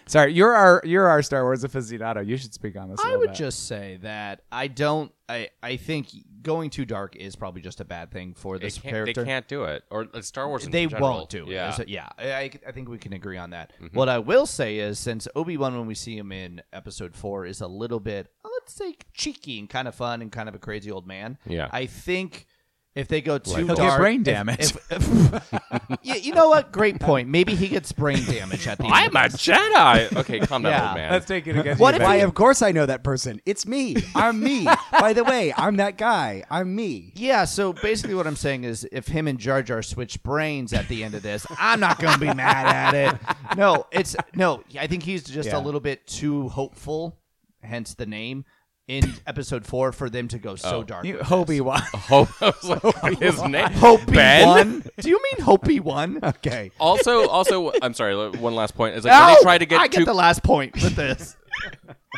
[SPEAKER 4] Sorry, you're our you're our Star Wars aficionado. You should speak on this. a
[SPEAKER 3] I
[SPEAKER 4] little
[SPEAKER 3] would
[SPEAKER 4] bit.
[SPEAKER 3] just say that I don't. I I think going too dark is probably just a bad thing for
[SPEAKER 2] they,
[SPEAKER 3] this
[SPEAKER 2] can't, they
[SPEAKER 3] character.
[SPEAKER 2] can't do it. Or uh, Star Wars in
[SPEAKER 3] They
[SPEAKER 2] general.
[SPEAKER 3] won't do it.
[SPEAKER 2] Yeah.
[SPEAKER 3] So, yeah. Mm-hmm. I, I I think we can agree on that. What I will say is, since Obi Wan, when we see him in Episode Four, is a little bit, let's say, cheeky and kind of fun and kind of a crazy old man.
[SPEAKER 2] Yeah.
[SPEAKER 3] I think if they go too
[SPEAKER 4] He'll
[SPEAKER 3] dark,
[SPEAKER 4] get brain
[SPEAKER 3] if-
[SPEAKER 4] damage.
[SPEAKER 3] if- if- Yeah, you know what? Great point. Maybe he gets brain damage at the end.
[SPEAKER 2] I'm a Jedi. Okay, calm down,
[SPEAKER 3] Yeah,
[SPEAKER 2] old man.
[SPEAKER 4] let's take it against
[SPEAKER 3] What
[SPEAKER 4] you,
[SPEAKER 3] if
[SPEAKER 4] babe.
[SPEAKER 1] Why? Of course, I know that person. It's me. I'm me. By the way, I'm that guy. I'm me.
[SPEAKER 3] Yeah, so basically what I'm saying is if him and Jar Jar switch brains at the end of this, I'm not going to be mad at it. No, it's no, I think he's just
[SPEAKER 4] Yeah.
[SPEAKER 3] a little bit too hopeful, hence the name in episode 4 for them to go so dark.
[SPEAKER 4] you
[SPEAKER 3] with
[SPEAKER 4] Hobie
[SPEAKER 3] this.
[SPEAKER 4] Wan?
[SPEAKER 2] Oh. Hope I was like, his name.
[SPEAKER 3] Hopey
[SPEAKER 2] Ben?
[SPEAKER 3] one? Do you mean Hopey one?
[SPEAKER 1] Okay.
[SPEAKER 2] Also, also, I'm sorry. l- One last point is like when
[SPEAKER 3] No,
[SPEAKER 2] they try to get
[SPEAKER 3] I
[SPEAKER 2] too-
[SPEAKER 3] get the last point with this.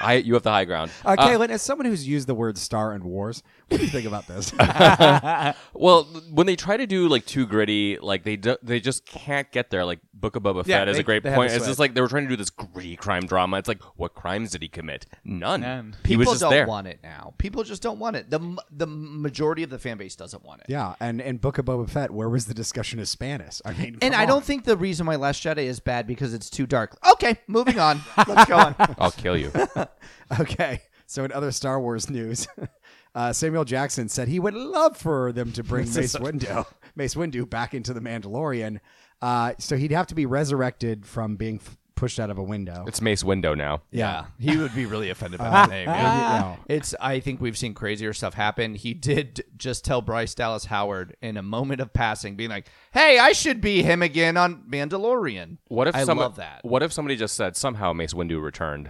[SPEAKER 2] I, you have the high ground.
[SPEAKER 1] Uh, Caitlin, as someone who's used the word star in wars, what do you think about this?
[SPEAKER 2] Well, when they try to do like too gritty, like they do, they just can't get there. Like Book of Boba
[SPEAKER 4] Yeah,
[SPEAKER 2] Fett is
[SPEAKER 4] they-
[SPEAKER 2] a great
[SPEAKER 4] they have
[SPEAKER 2] point.
[SPEAKER 4] to
[SPEAKER 2] It's
[SPEAKER 4] switch.
[SPEAKER 2] just like they were trying to do this gritty crime drama. It's like what crimes did he commit? None.
[SPEAKER 4] None.
[SPEAKER 2] He
[SPEAKER 3] People
[SPEAKER 2] was just
[SPEAKER 3] don't
[SPEAKER 2] there.
[SPEAKER 3] want it now. People just don't want it. The m- the majority of the fan base doesn't want it.
[SPEAKER 1] yeah, and and Book of Boba Fett, where was the discussion of Spanish? I mean, come
[SPEAKER 3] And I
[SPEAKER 1] on.
[SPEAKER 3] don't think the reason why Last Jedi is bad because it's too dark. Okay, moving on. Let's go on.
[SPEAKER 2] I'll kill you.
[SPEAKER 1] Okay. So in other Star Wars news, uh, Samuel Jackson said he would love for them to bring Mace Windu Mace Windu back into the Mandalorian. Uh, so he'd have to be resurrected from being f- pushed out of a window.
[SPEAKER 2] It's Mace Window now.
[SPEAKER 3] Yeah, he would be really offended by that name. yeah.
[SPEAKER 1] No.
[SPEAKER 3] It's. I think we've seen crazier stuff happen. He did just tell Bryce Dallas Howard in a moment of passing, being like, "Hey, I should be him again on Mandalorian."
[SPEAKER 2] What if
[SPEAKER 3] I
[SPEAKER 2] some-
[SPEAKER 3] love that?
[SPEAKER 2] What if somebody just said somehow Mace Windu returned?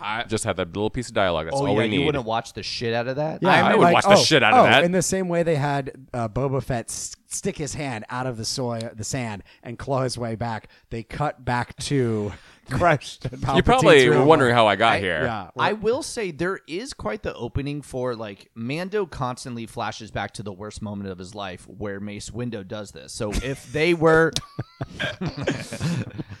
[SPEAKER 2] I just had that little piece of dialogue. That's
[SPEAKER 3] oh
[SPEAKER 2] all
[SPEAKER 3] yeah,
[SPEAKER 2] we
[SPEAKER 3] you
[SPEAKER 2] need.
[SPEAKER 3] wouldn't watch the shit out of that.
[SPEAKER 1] Yeah,
[SPEAKER 2] I
[SPEAKER 1] mean,
[SPEAKER 2] would watch the shit out of
[SPEAKER 1] oh,
[SPEAKER 2] that.
[SPEAKER 1] In the same way they had uh, Boba Fett s- stick his hand out of the soil, the sand, and claw his way back. They cut back to crushed.
[SPEAKER 2] you probably were wondering how I got here.
[SPEAKER 1] Yeah,
[SPEAKER 3] Uh, I will say there is quite the opening for like Mando constantly flashes back to the worst moment of his life where Mace Windu does this. So if they were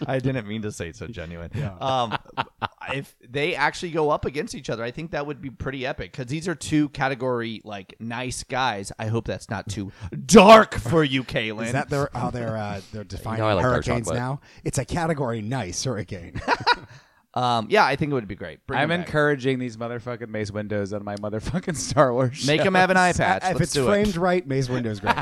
[SPEAKER 3] I didn't mean to say it so genuine. Um if they actually go up against each other, I think that would be pretty epic cuz these are two category like nice guys. I hope that's not too dark for you, Kalen.
[SPEAKER 1] Is that their how they're uh, they're defining
[SPEAKER 2] I like dark
[SPEAKER 1] hurricanes
[SPEAKER 2] chocolate.
[SPEAKER 1] now? It's a category nice hurricane.
[SPEAKER 3] um yeah, I think it would be great. Bring
[SPEAKER 4] I'm
[SPEAKER 3] him back.
[SPEAKER 4] encouraging these motherfucking Mace Windows on my motherfucking Star Wars.
[SPEAKER 3] Make him have an eye patch.
[SPEAKER 1] if
[SPEAKER 3] Let's
[SPEAKER 1] it's
[SPEAKER 3] do it.
[SPEAKER 1] framed right, Maze Window's great.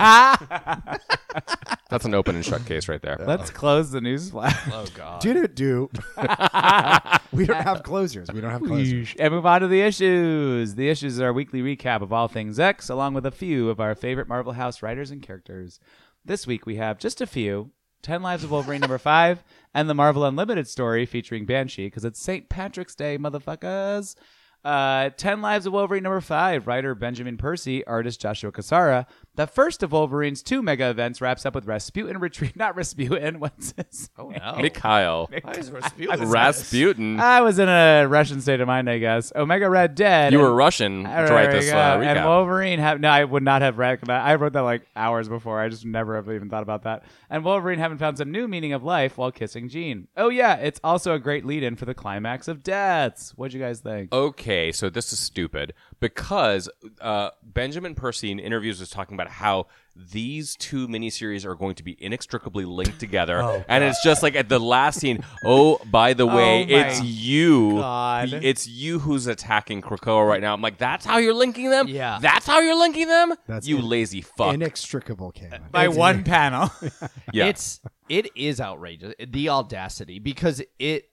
[SPEAKER 2] That's an open and shut case right there.
[SPEAKER 4] Let's close the news flash
[SPEAKER 3] Oh god.
[SPEAKER 1] do do do. We don't have closures. We don't have closures.
[SPEAKER 4] and move on to the issues. The issues are our weekly recap of all things X, along with a few of our favorite Marvel House writers and characters. This week we have just a few: Ten Lives of Wolverine number five, and the Marvel Unlimited story featuring Banshee, because it's St. Patrick's Day, motherfuckers. Uh, Ten Lives of Wolverine number five, writer Benjamin Percy, artist Joshua Cassara. The first of Wolverine's two mega events wraps up with Rasputin retreat. Not Rasputin. What's his?
[SPEAKER 3] Oh no.
[SPEAKER 2] Mikhail.
[SPEAKER 3] Why is Rasputin?
[SPEAKER 2] Rasputin.
[SPEAKER 4] I was in a Russian state of mind, I guess. Omega Red Dead.
[SPEAKER 2] you
[SPEAKER 4] and-
[SPEAKER 2] were Russian
[SPEAKER 4] All
[SPEAKER 2] to
[SPEAKER 4] right,
[SPEAKER 2] write
[SPEAKER 4] there
[SPEAKER 2] this
[SPEAKER 4] you
[SPEAKER 2] uh,
[SPEAKER 4] go.
[SPEAKER 2] recap.
[SPEAKER 4] And Wolverine have no, I would not have recognized. I wrote that like hours before. I just never have even thought about that. And Wolverine having found some new meaning of life while kissing Jean. Oh yeah, it's also a great lead-in for the climax of deaths. What'd you guys think?
[SPEAKER 2] Oh, okay, so this is stupid because uh, Benjamin Percy in interviews was talking about how these two miniseries are going to be inextricably linked together,
[SPEAKER 3] Oh,
[SPEAKER 2] and it's just like at the last scene. Oh, by the way,
[SPEAKER 4] Oh, my
[SPEAKER 2] it's you.
[SPEAKER 4] God.
[SPEAKER 2] It's you who's attacking Krakoa right now. I'm like, that's how you're linking them.
[SPEAKER 3] Yeah.
[SPEAKER 2] that's how you're linking them.
[SPEAKER 1] That's
[SPEAKER 2] you
[SPEAKER 1] in-
[SPEAKER 2] lazy fuck.
[SPEAKER 1] Inextricable, Caitlin.
[SPEAKER 4] By one panel.
[SPEAKER 2] yeah.
[SPEAKER 3] It's it is outrageous. The audacity because it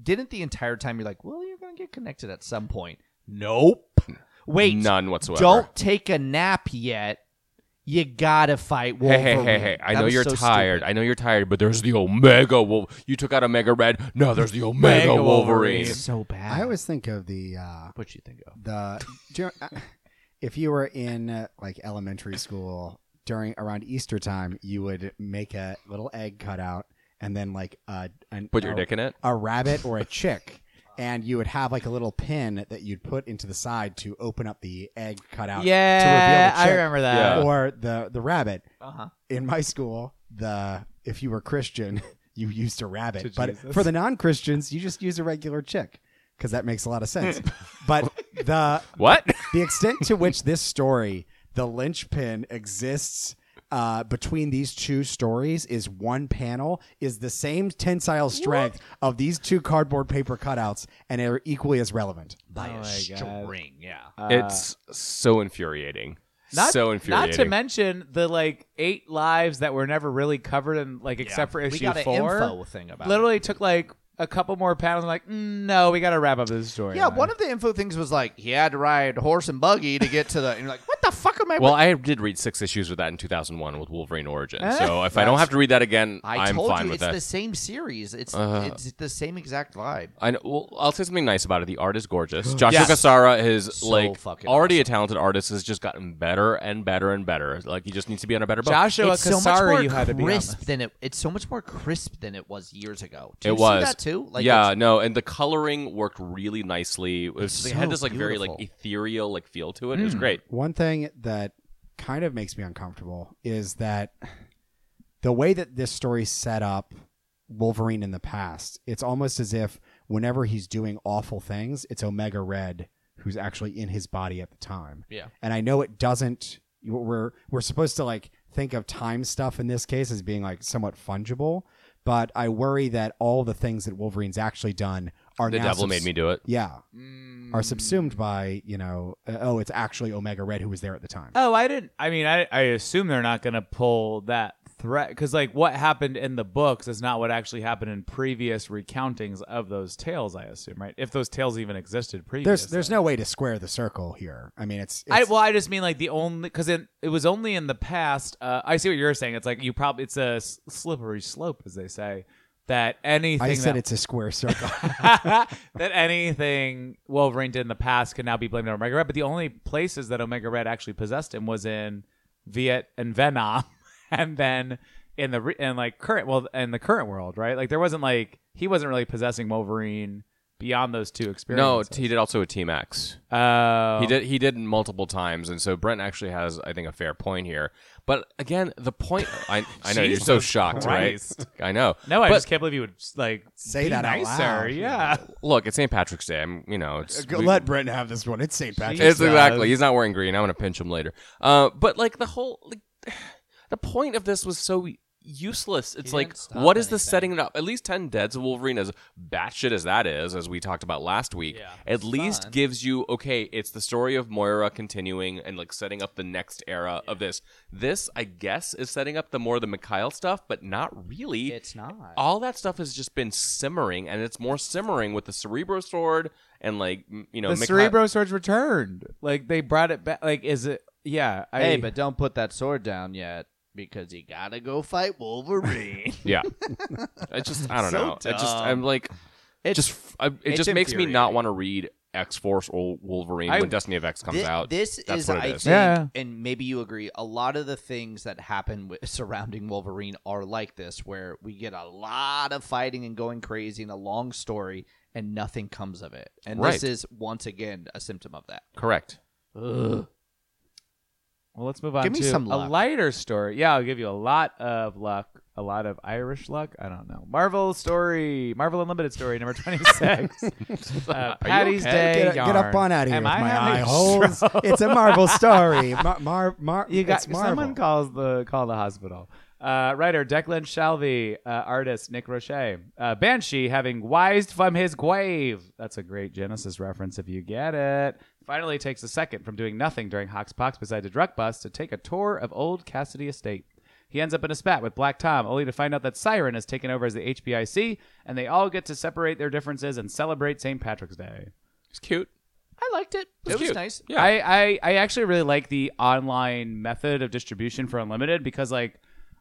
[SPEAKER 3] didn't the entire time you're like, well, you're gonna get connected at some point. Nope. Wait,
[SPEAKER 2] none whatsoever.
[SPEAKER 3] Don't take a nap yet. You gotta fight
[SPEAKER 2] Hey, hey,
[SPEAKER 3] Wolverine.
[SPEAKER 2] hey, hey! I
[SPEAKER 3] That
[SPEAKER 2] know
[SPEAKER 3] was
[SPEAKER 2] you're
[SPEAKER 3] so
[SPEAKER 2] tired.
[SPEAKER 3] stupid.
[SPEAKER 2] I know you're tired, but there's the Omega Wolf. You took out Omega Red. Now there's the Omega
[SPEAKER 4] Mega
[SPEAKER 2] Wolverine.
[SPEAKER 4] Wolverine.
[SPEAKER 3] so bad.
[SPEAKER 1] I always think of the uh,
[SPEAKER 3] what you think of?
[SPEAKER 1] the do you- uh, if you were in uh, like elementary school during around Easter time, you would make a little egg cutout and then like uh, an,
[SPEAKER 2] Put your
[SPEAKER 1] a,
[SPEAKER 2] dick in it.
[SPEAKER 1] a rabbit or a chick. And you would have like a little pin that you'd put into the side to open up the egg cutout.
[SPEAKER 4] yeah,
[SPEAKER 1] to reveal the
[SPEAKER 4] I
[SPEAKER 1] chick
[SPEAKER 4] remember that.
[SPEAKER 2] Yeah.
[SPEAKER 1] Or the the rabbit.
[SPEAKER 3] Uh-huh.
[SPEAKER 1] In my school, the if you were Christian, you used a rabbit.
[SPEAKER 4] To
[SPEAKER 1] but
[SPEAKER 4] Jesus.
[SPEAKER 1] for the non Christians, you just use a regular chick because that makes a lot of sense. but the
[SPEAKER 2] What?
[SPEAKER 1] the extent to which this story, the linchpin, exists uh, between these two stories is one panel, is the same tensile strength of these two cardboard paper cutouts, and are equally as relevant.
[SPEAKER 3] By
[SPEAKER 4] Oh
[SPEAKER 3] a
[SPEAKER 4] my God.
[SPEAKER 3] string, yeah.
[SPEAKER 2] it's so infuriating.
[SPEAKER 4] Not,
[SPEAKER 2] so infuriating.
[SPEAKER 4] Not to mention the like eight lives that were never really covered in like except for
[SPEAKER 3] We
[SPEAKER 4] issue
[SPEAKER 3] got an
[SPEAKER 4] four.
[SPEAKER 3] info thing about it.
[SPEAKER 4] literally took like a couple more panels. Like mm, no, we got to wrap up this story.
[SPEAKER 3] Yeah, one of the info things was like he had to ride horse and buggy to get to the. And you're like, what the fuck am I?
[SPEAKER 2] well, I did read six issues with that in 2001 with Wolverine Origin. so if I don't have to read that again,
[SPEAKER 3] Eh, I
[SPEAKER 2] am
[SPEAKER 3] told
[SPEAKER 2] fine
[SPEAKER 3] you
[SPEAKER 2] with
[SPEAKER 3] it's
[SPEAKER 2] that. Uh-huh.
[SPEAKER 3] the same series. It's it's the same exact vibe.
[SPEAKER 2] I know, well, I'll say something nice about it. The art is gorgeous. Joshua
[SPEAKER 3] Yes.
[SPEAKER 2] Cassara is like
[SPEAKER 3] fucking
[SPEAKER 2] already a talented artist. Has just gotten better and better and better. Like he just needs to be on a better boat.
[SPEAKER 4] Joshua
[SPEAKER 3] it's
[SPEAKER 4] Cassari,
[SPEAKER 3] so much more
[SPEAKER 4] you had to be on this.
[SPEAKER 3] crisp than it. It's so much more crisp than it was years ago. Do
[SPEAKER 2] it
[SPEAKER 3] you
[SPEAKER 2] was
[SPEAKER 3] see that too.
[SPEAKER 2] yeah,
[SPEAKER 3] it's-
[SPEAKER 2] no, and the coloring worked really nicely. It was- they had
[SPEAKER 3] so
[SPEAKER 2] this like very like
[SPEAKER 3] beautiful. Mm.
[SPEAKER 2] ethereal like feel to it. It was great.
[SPEAKER 1] One thing that kind of makes me uncomfortable is that the way that this story set up Wolverine in the past, it's almost as if whenever he's doing awful things, it's Omega Red who's actually in his body at the time.
[SPEAKER 2] Yeah.
[SPEAKER 1] And I know it doesn't we're we're supposed to like think of time stuff in this case as being like somewhat fungible, but I worry that all the things that Wolverine's actually done are
[SPEAKER 2] The
[SPEAKER 1] now
[SPEAKER 2] devil
[SPEAKER 1] subs-
[SPEAKER 2] made me do it.
[SPEAKER 1] Yeah,
[SPEAKER 4] Mm.
[SPEAKER 1] are subsumed by you know. Uh, oh, it's actually Omega Red who was there at the time.
[SPEAKER 4] Oh, I didn't. I mean, I, I assume they're not going to pull that threat because, like, what happened in the books is not what actually happened in previous recountings of those tales. I assume, right? If those tales even existed previously,
[SPEAKER 1] there's there's no way to square the circle here. I mean, it's,
[SPEAKER 4] uh, I,
[SPEAKER 1] it's-
[SPEAKER 4] well, I just mean like the only because it, it was only in the past. Uh, I see what you're saying. It's like you probably it's a s- slippery slope, as they say. That anything
[SPEAKER 1] I said
[SPEAKER 4] that,
[SPEAKER 1] it's a square circle.
[SPEAKER 4] that anything Wolverine did in the past can now be blamed on Omega Red. But the only places that Omega Red actually possessed him was in Viet and Venom, and then in the re- and like current well in the current world, right? Like there wasn't like he wasn't really possessing Wolverine beyond those two
[SPEAKER 2] No,
[SPEAKER 4] experiences.
[SPEAKER 2] he did also a Team X.
[SPEAKER 4] Oh.
[SPEAKER 2] He did he did multiple times, and so Brent actually has I think a fair point here. But again, the point I I know you're so
[SPEAKER 4] Jesus
[SPEAKER 2] shocked,
[SPEAKER 4] Christ.
[SPEAKER 2] right? I know.
[SPEAKER 4] No, I
[SPEAKER 2] but
[SPEAKER 4] just can't believe you would like
[SPEAKER 1] Say
[SPEAKER 4] be
[SPEAKER 1] that out
[SPEAKER 4] nicer.
[SPEAKER 1] loud.
[SPEAKER 4] Yeah.
[SPEAKER 2] look, it's St. Patrick's Day. I'm, you know,
[SPEAKER 4] Uh,
[SPEAKER 2] it's
[SPEAKER 1] Go-
[SPEAKER 2] we-
[SPEAKER 1] Let Brent have this one. It's St. Patrick's.
[SPEAKER 2] It's
[SPEAKER 4] Yes.
[SPEAKER 2] exactly. He's not wearing green. I'm gonna pinch him later. Uh, but like the whole, like, the point of this was so useless. It's like,
[SPEAKER 3] didn't stop
[SPEAKER 2] what is the
[SPEAKER 3] anything.
[SPEAKER 2] setting it up? At least ten deads of Wolverine, as batshit as that is, as we talked about last week,
[SPEAKER 3] Yeah.
[SPEAKER 2] at least
[SPEAKER 3] fun.
[SPEAKER 2] gives you okay. It's the story of Moira continuing and like setting up the next era of this. This, I guess, is setting up the more of the Mikhail stuff, but not really
[SPEAKER 3] It's not.
[SPEAKER 2] all that stuff has just been simmering, and it's more simmering with the Cerebro sword and like m- you know
[SPEAKER 4] the
[SPEAKER 2] Mikhail-
[SPEAKER 4] Cerebro Swords returned. Like they brought it back. Like is it? Yeah. I,
[SPEAKER 3] hey, but don't put that sword down yet because you gotta go fight Wolverine.
[SPEAKER 2] Yeah. I just I don't
[SPEAKER 3] So
[SPEAKER 2] know. I just I'm
[SPEAKER 3] dumb.
[SPEAKER 2] like it just I, it
[SPEAKER 3] it's
[SPEAKER 2] just makes me not
[SPEAKER 3] infuriating.
[SPEAKER 2] want to read X Force or Wolverine
[SPEAKER 4] I-
[SPEAKER 2] when Destiny of X comes
[SPEAKER 3] Thi-
[SPEAKER 2] out.
[SPEAKER 3] This
[SPEAKER 2] That's
[SPEAKER 3] is,
[SPEAKER 2] what it
[SPEAKER 3] I
[SPEAKER 2] is.
[SPEAKER 3] think,
[SPEAKER 4] Yeah.
[SPEAKER 3] and maybe you agree. A lot of the things that happen with, surrounding Wolverine are like this, where we get a lot of fighting and going crazy and a long story, and nothing comes of it. And
[SPEAKER 2] Right.
[SPEAKER 3] this is once again a symptom of that.
[SPEAKER 2] Correct.
[SPEAKER 4] well, let's move on
[SPEAKER 3] Give me
[SPEAKER 4] to
[SPEAKER 3] some
[SPEAKER 4] a
[SPEAKER 3] luck.
[SPEAKER 4] lighter story. Yeah, I'll give you a lot of luck. A lot of Irish luck. I don't know. Marvel story. Marvel Unlimited story number twenty six. uh, Patty's
[SPEAKER 2] okay?
[SPEAKER 4] Day.
[SPEAKER 1] Get, get up
[SPEAKER 4] yarn.
[SPEAKER 1] on out of here
[SPEAKER 4] Am
[SPEAKER 1] with
[SPEAKER 4] I
[SPEAKER 1] my
[SPEAKER 4] having
[SPEAKER 1] eye
[SPEAKER 4] a
[SPEAKER 1] holes.
[SPEAKER 4] stroke?
[SPEAKER 1] It's a Marvel story. Mar, mar, mar,
[SPEAKER 4] You got
[SPEAKER 1] it's Marvel.
[SPEAKER 4] someone calls the call the hospital. Uh, writer Declan Shalvey, uh, artist Nick Roche, uh, Banshee having wised from his grave. That's a great Genesis reference if you get it. Finally takes a second from doing nothing during Hawk's Pox besides a drug bust to take a tour of old Cassidy Estate. He ends up in a spat with Black Tom, only to find out that Siren has taken over as the HBIC, and they all get to separate their differences and celebrate St. Patrick's Day.
[SPEAKER 2] It's cute.
[SPEAKER 3] I liked it. It was,
[SPEAKER 2] cute.
[SPEAKER 3] nice.
[SPEAKER 2] Yeah.
[SPEAKER 4] I, I, I actually really like the online method of distribution for Unlimited because like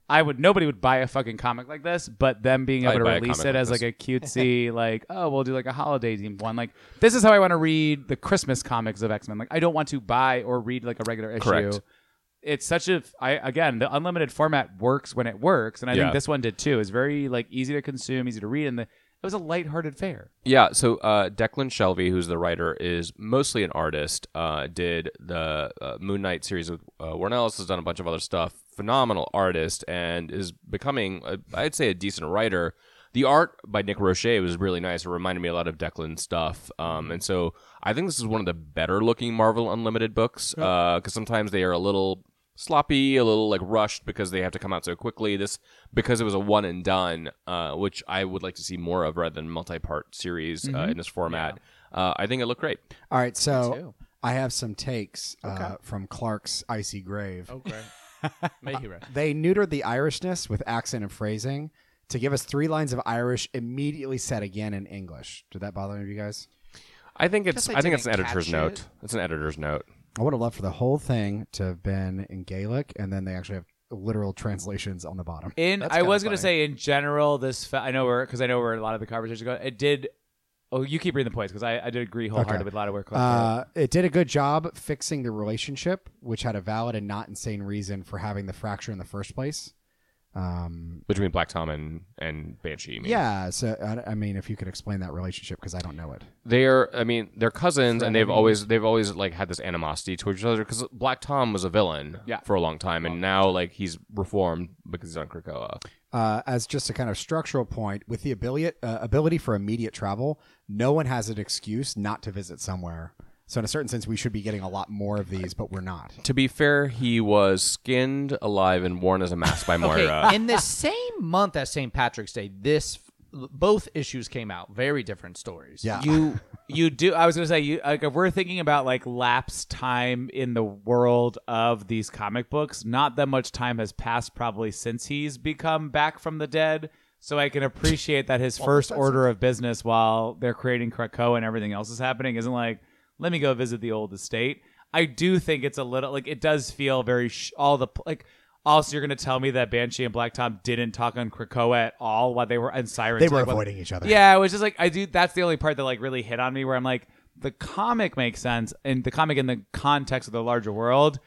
[SPEAKER 4] I would nobody would buy a fucking comic like this, but them being able
[SPEAKER 2] I'd
[SPEAKER 4] to
[SPEAKER 2] buy a
[SPEAKER 4] release
[SPEAKER 2] comic
[SPEAKER 4] it
[SPEAKER 2] like
[SPEAKER 4] as like a cutesy like oh we'll do like a holiday themed one like this is how I want to read the Christmas comics of X Men like I don't want to buy or read like a regular issue.
[SPEAKER 2] Correct.
[SPEAKER 4] It's such a I again the unlimited format works when it works, and I
[SPEAKER 2] Yeah.
[SPEAKER 4] think this one did too. It's very like easy to consume, easy to read, and the, it was a lighthearted fair.
[SPEAKER 2] Yeah, so uh, Declan Shelby, who's the writer, is mostly an artist. Uh, did the uh, Moon Knight series with uh, Warren Ellis, has done a bunch of other stuff. Phenomenal artist, and is becoming, i I'd say, a decent writer. The art by Nick Roche was really nice. It reminded me a lot of Declan stuff, um, and so I think this is one of the better looking Marvel Unlimited books because sometimes they are a little sloppy, a little like rushed because they have to come out so quickly. This because it was a one and done, uh, which I would like to see more of rather than multi part series uh, in this format. Uh, I think it looked great.
[SPEAKER 1] All right, so I have some takes uh, from Clark's icy grave.
[SPEAKER 3] Okay.
[SPEAKER 1] They neutered the Irishness with accent and phrasing to give us three lines of Irish immediately said again in English. Did that bother any of you guys?
[SPEAKER 2] I think it's
[SPEAKER 3] Guess I
[SPEAKER 2] I, think it's an
[SPEAKER 3] didn't
[SPEAKER 2] editor's
[SPEAKER 3] catch
[SPEAKER 2] note.
[SPEAKER 3] it.
[SPEAKER 2] It's an editor's note.
[SPEAKER 1] I would have loved for the whole thing to have been in Gaelic, and then they actually have literal translations on the bottom.
[SPEAKER 4] In
[SPEAKER 3] That's
[SPEAKER 4] I
[SPEAKER 3] kinda
[SPEAKER 4] was gonna
[SPEAKER 3] funny.
[SPEAKER 4] say in general, this fe- I know where because I know where a lot of the conversation goes. It did. Oh, you keep reading the points because I, I did agree wholeheartedly
[SPEAKER 1] Okay.
[SPEAKER 4] with a lot of work.
[SPEAKER 1] Uh, it did a good job fixing the relationship, which had a valid and not insane reason for having the fracture in the first place. Um,
[SPEAKER 2] Which mean Black Tom and, and Banshee. you mean.
[SPEAKER 1] yeah, so I, I mean, if you could explain that relationship, because I don't know it.
[SPEAKER 2] they're I mean they're cousins and they've always they've always like had this animosity towards each other because Black Tom was a villain
[SPEAKER 4] Yeah.
[SPEAKER 2] for a long time and now like he's reformed because he's on Krakoa.
[SPEAKER 1] uh, as just a kind of structural point with the ability uh, ability for immediate travel no one has an excuse not to visit somewhere so in a certain sense we should be getting a lot more of these but we're not
[SPEAKER 2] To be fair, he was skinned alive and worn as a mask by Moira.
[SPEAKER 3] In the same month as St. Patrick's Day, this l- both issues came out very different stories.
[SPEAKER 1] Yeah.
[SPEAKER 4] you you do i was gonna say you like if we're thinking about like lapsed time in the world of these comic books not that much time has passed probably since he's become back from the dead so i can appreciate that his first order of business while they're creating krakoa and everything else is happening isn't like let me go visit the old estate i do think it's a little like it does feel very sh- all the pl- like also, you're going to tell me that Banshee and Black Tom didn't talk on Krakoa at all while they were and Sirens.
[SPEAKER 1] They were
[SPEAKER 4] like, while-
[SPEAKER 1] avoiding each other.
[SPEAKER 4] yeah, it was just like I do. That's the only part that like really hit on me where I'm like, the comic makes sense, and the comic in the context of the larger world,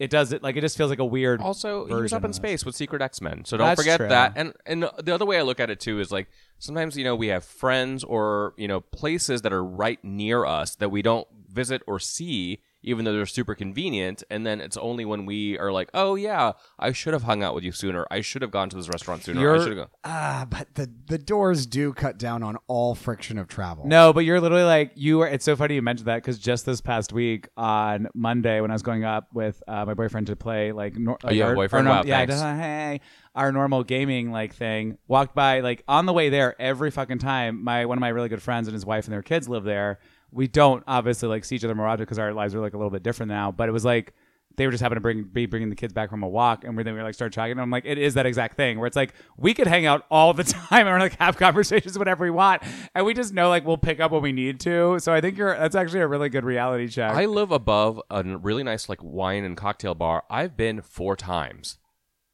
[SPEAKER 4] it does it like it just feels like a weird.
[SPEAKER 2] Also, he was
[SPEAKER 4] version
[SPEAKER 2] up in
[SPEAKER 4] of
[SPEAKER 2] space with Secret X Men, so don't
[SPEAKER 4] That's
[SPEAKER 2] forget
[SPEAKER 4] true.
[SPEAKER 2] that. And and the other way I look at it too is like sometimes you know we have friends or you know places that are right near us that we don't visit or see, even though they're super convenient. And then it's only when we are like, oh yeah, I should have hung out with you sooner. I should have gone to this restaurant sooner. I
[SPEAKER 4] You're-
[SPEAKER 2] should have gone.
[SPEAKER 1] Ah, but the the doors do cut down on all friction of travel.
[SPEAKER 4] No, but you're literally like you are. It's so funny you mentioned that because just this past week on Monday when I was going up with uh, my boyfriend to play like nor-
[SPEAKER 2] Oh, you have a
[SPEAKER 4] our-
[SPEAKER 2] boyfriend?
[SPEAKER 4] our norm-
[SPEAKER 2] Wow,
[SPEAKER 4] yeah,
[SPEAKER 2] thanks.
[SPEAKER 4] hey, our normal gaming like thing. Walked by like on the way there every fucking time. My one of my really good friends and his wife and their kids live there. We don't obviously like see each other more often because our lives are like a little bit different now. But it was like they were just happening to bring be bringing the kids back from a walk, and we then we like start talking. And I'm like, it is that exact thing where it's like we could hang out all the time and we're like have conversations whenever we want, and we just know like we'll pick up when we need to. So I think you're that's actually a really good reality check.
[SPEAKER 2] I live above a n- really nice like wine and cocktail bar. I've been four times.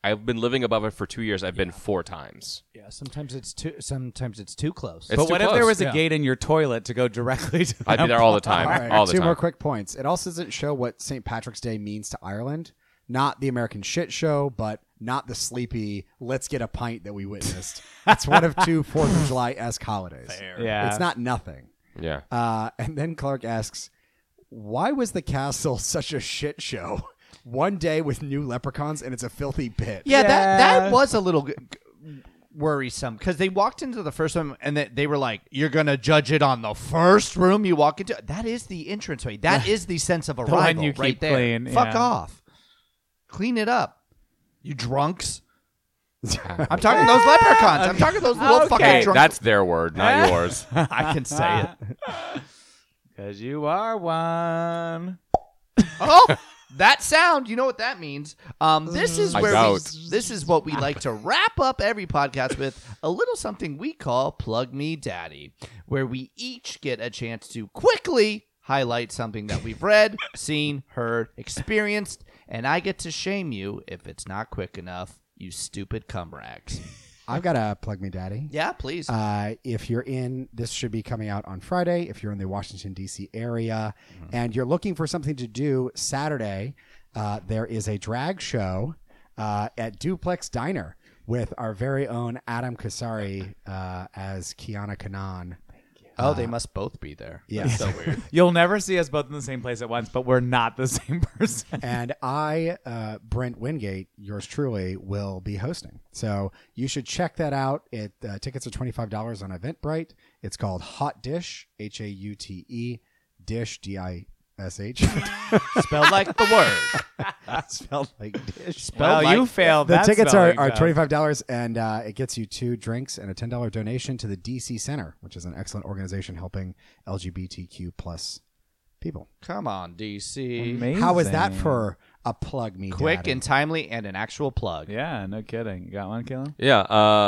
[SPEAKER 2] I've been living above it for two years. I've been four times.
[SPEAKER 3] Yeah, sometimes it's too sometimes it's too close.
[SPEAKER 2] It's
[SPEAKER 4] but
[SPEAKER 2] too
[SPEAKER 4] what if
[SPEAKER 2] close.
[SPEAKER 4] there was a
[SPEAKER 3] Yeah.
[SPEAKER 4] gate in your toilet to go directly to?
[SPEAKER 2] I'd be
[SPEAKER 4] that
[SPEAKER 2] there all the
[SPEAKER 4] bar?
[SPEAKER 2] time.
[SPEAKER 1] All right,
[SPEAKER 2] all the
[SPEAKER 1] two
[SPEAKER 2] time.
[SPEAKER 1] more quick points. It also doesn't show what St. Patrick's Day means to Ireland. Not the American shit show, but not the sleepy "let's get a pint" that we witnessed. it's one of two Fourth of July esque holidays.
[SPEAKER 4] Yeah,
[SPEAKER 1] It's not nothing.
[SPEAKER 2] yeah.
[SPEAKER 1] Uh, and then Clark asks, "Why was the castle such a shit show? One day with new leprechauns, and it's a filthy pit."
[SPEAKER 3] Yeah, that
[SPEAKER 4] Yeah.
[SPEAKER 3] that was a little g- g- worrisome because they walked into the first room and they, they were like, "You're gonna judge it on the first room you walk into." That is the entranceway. That is the sense of arrival
[SPEAKER 4] you
[SPEAKER 3] right
[SPEAKER 4] keep
[SPEAKER 3] there.
[SPEAKER 4] clean,
[SPEAKER 3] Fuck
[SPEAKER 4] yeah.
[SPEAKER 3] off, clean it up, you drunks. Ah! I'm talking those leprechauns. I'm talking those little
[SPEAKER 4] Okay.
[SPEAKER 3] fucking drunks.
[SPEAKER 2] That's their word, not yours.
[SPEAKER 3] I can say it.
[SPEAKER 4] because you are one.
[SPEAKER 3] Oh, that sound. You know what that means. Um, this is
[SPEAKER 2] Mm. I
[SPEAKER 3] where we,
[SPEAKER 2] doubt.
[SPEAKER 3] this is what we like to wrap up every podcast with a little something we call "Plug Me Daddy," where we each get a chance to quickly highlight something that we've read, seen, heard, experienced, and I get to shame you if it's not quick enough. You stupid cum rags.
[SPEAKER 1] I've got to plug me, daddy.
[SPEAKER 3] Yeah, please.
[SPEAKER 1] Uh, if you're in, this should be coming out on Friday. If you're in the Washington, D.C. area and you're looking for something to do Saturday, uh, there is a drag show uh, at Duplex Diner with our very own Adam Kasari uh, as Kiana Kanan.
[SPEAKER 3] oh,
[SPEAKER 1] uh,
[SPEAKER 3] they must both be there.
[SPEAKER 1] Yes.
[SPEAKER 3] so weird.
[SPEAKER 4] You'll never see us both in the same place at once, but we're not the same person.
[SPEAKER 1] and I, uh, Brent Wingate, yours truly, will be hosting. So you should check that out. It uh, tickets are twenty five dollars on Eventbrite. It's called Hot Dish, H A U T E, Dish D I S H,
[SPEAKER 3] Spelled like the word.
[SPEAKER 1] spelled like dish.
[SPEAKER 4] well,
[SPEAKER 3] like-
[SPEAKER 4] you failed.
[SPEAKER 1] The
[SPEAKER 4] that
[SPEAKER 1] tickets are,
[SPEAKER 4] spelling
[SPEAKER 1] are
[SPEAKER 4] test.
[SPEAKER 1] twenty five dollars, and uh, it gets you two drinks and a ten dollar donation to the DC Center, which is an excellent organization helping LGBTQ plus people.
[SPEAKER 3] Come on, DC.
[SPEAKER 4] Amazing.
[SPEAKER 1] How is that for a plug me?
[SPEAKER 3] Quick
[SPEAKER 1] daddy?
[SPEAKER 3] and timely, and an actual plug.
[SPEAKER 4] Yeah, no kidding. You got one, Kalen?
[SPEAKER 2] Yeah.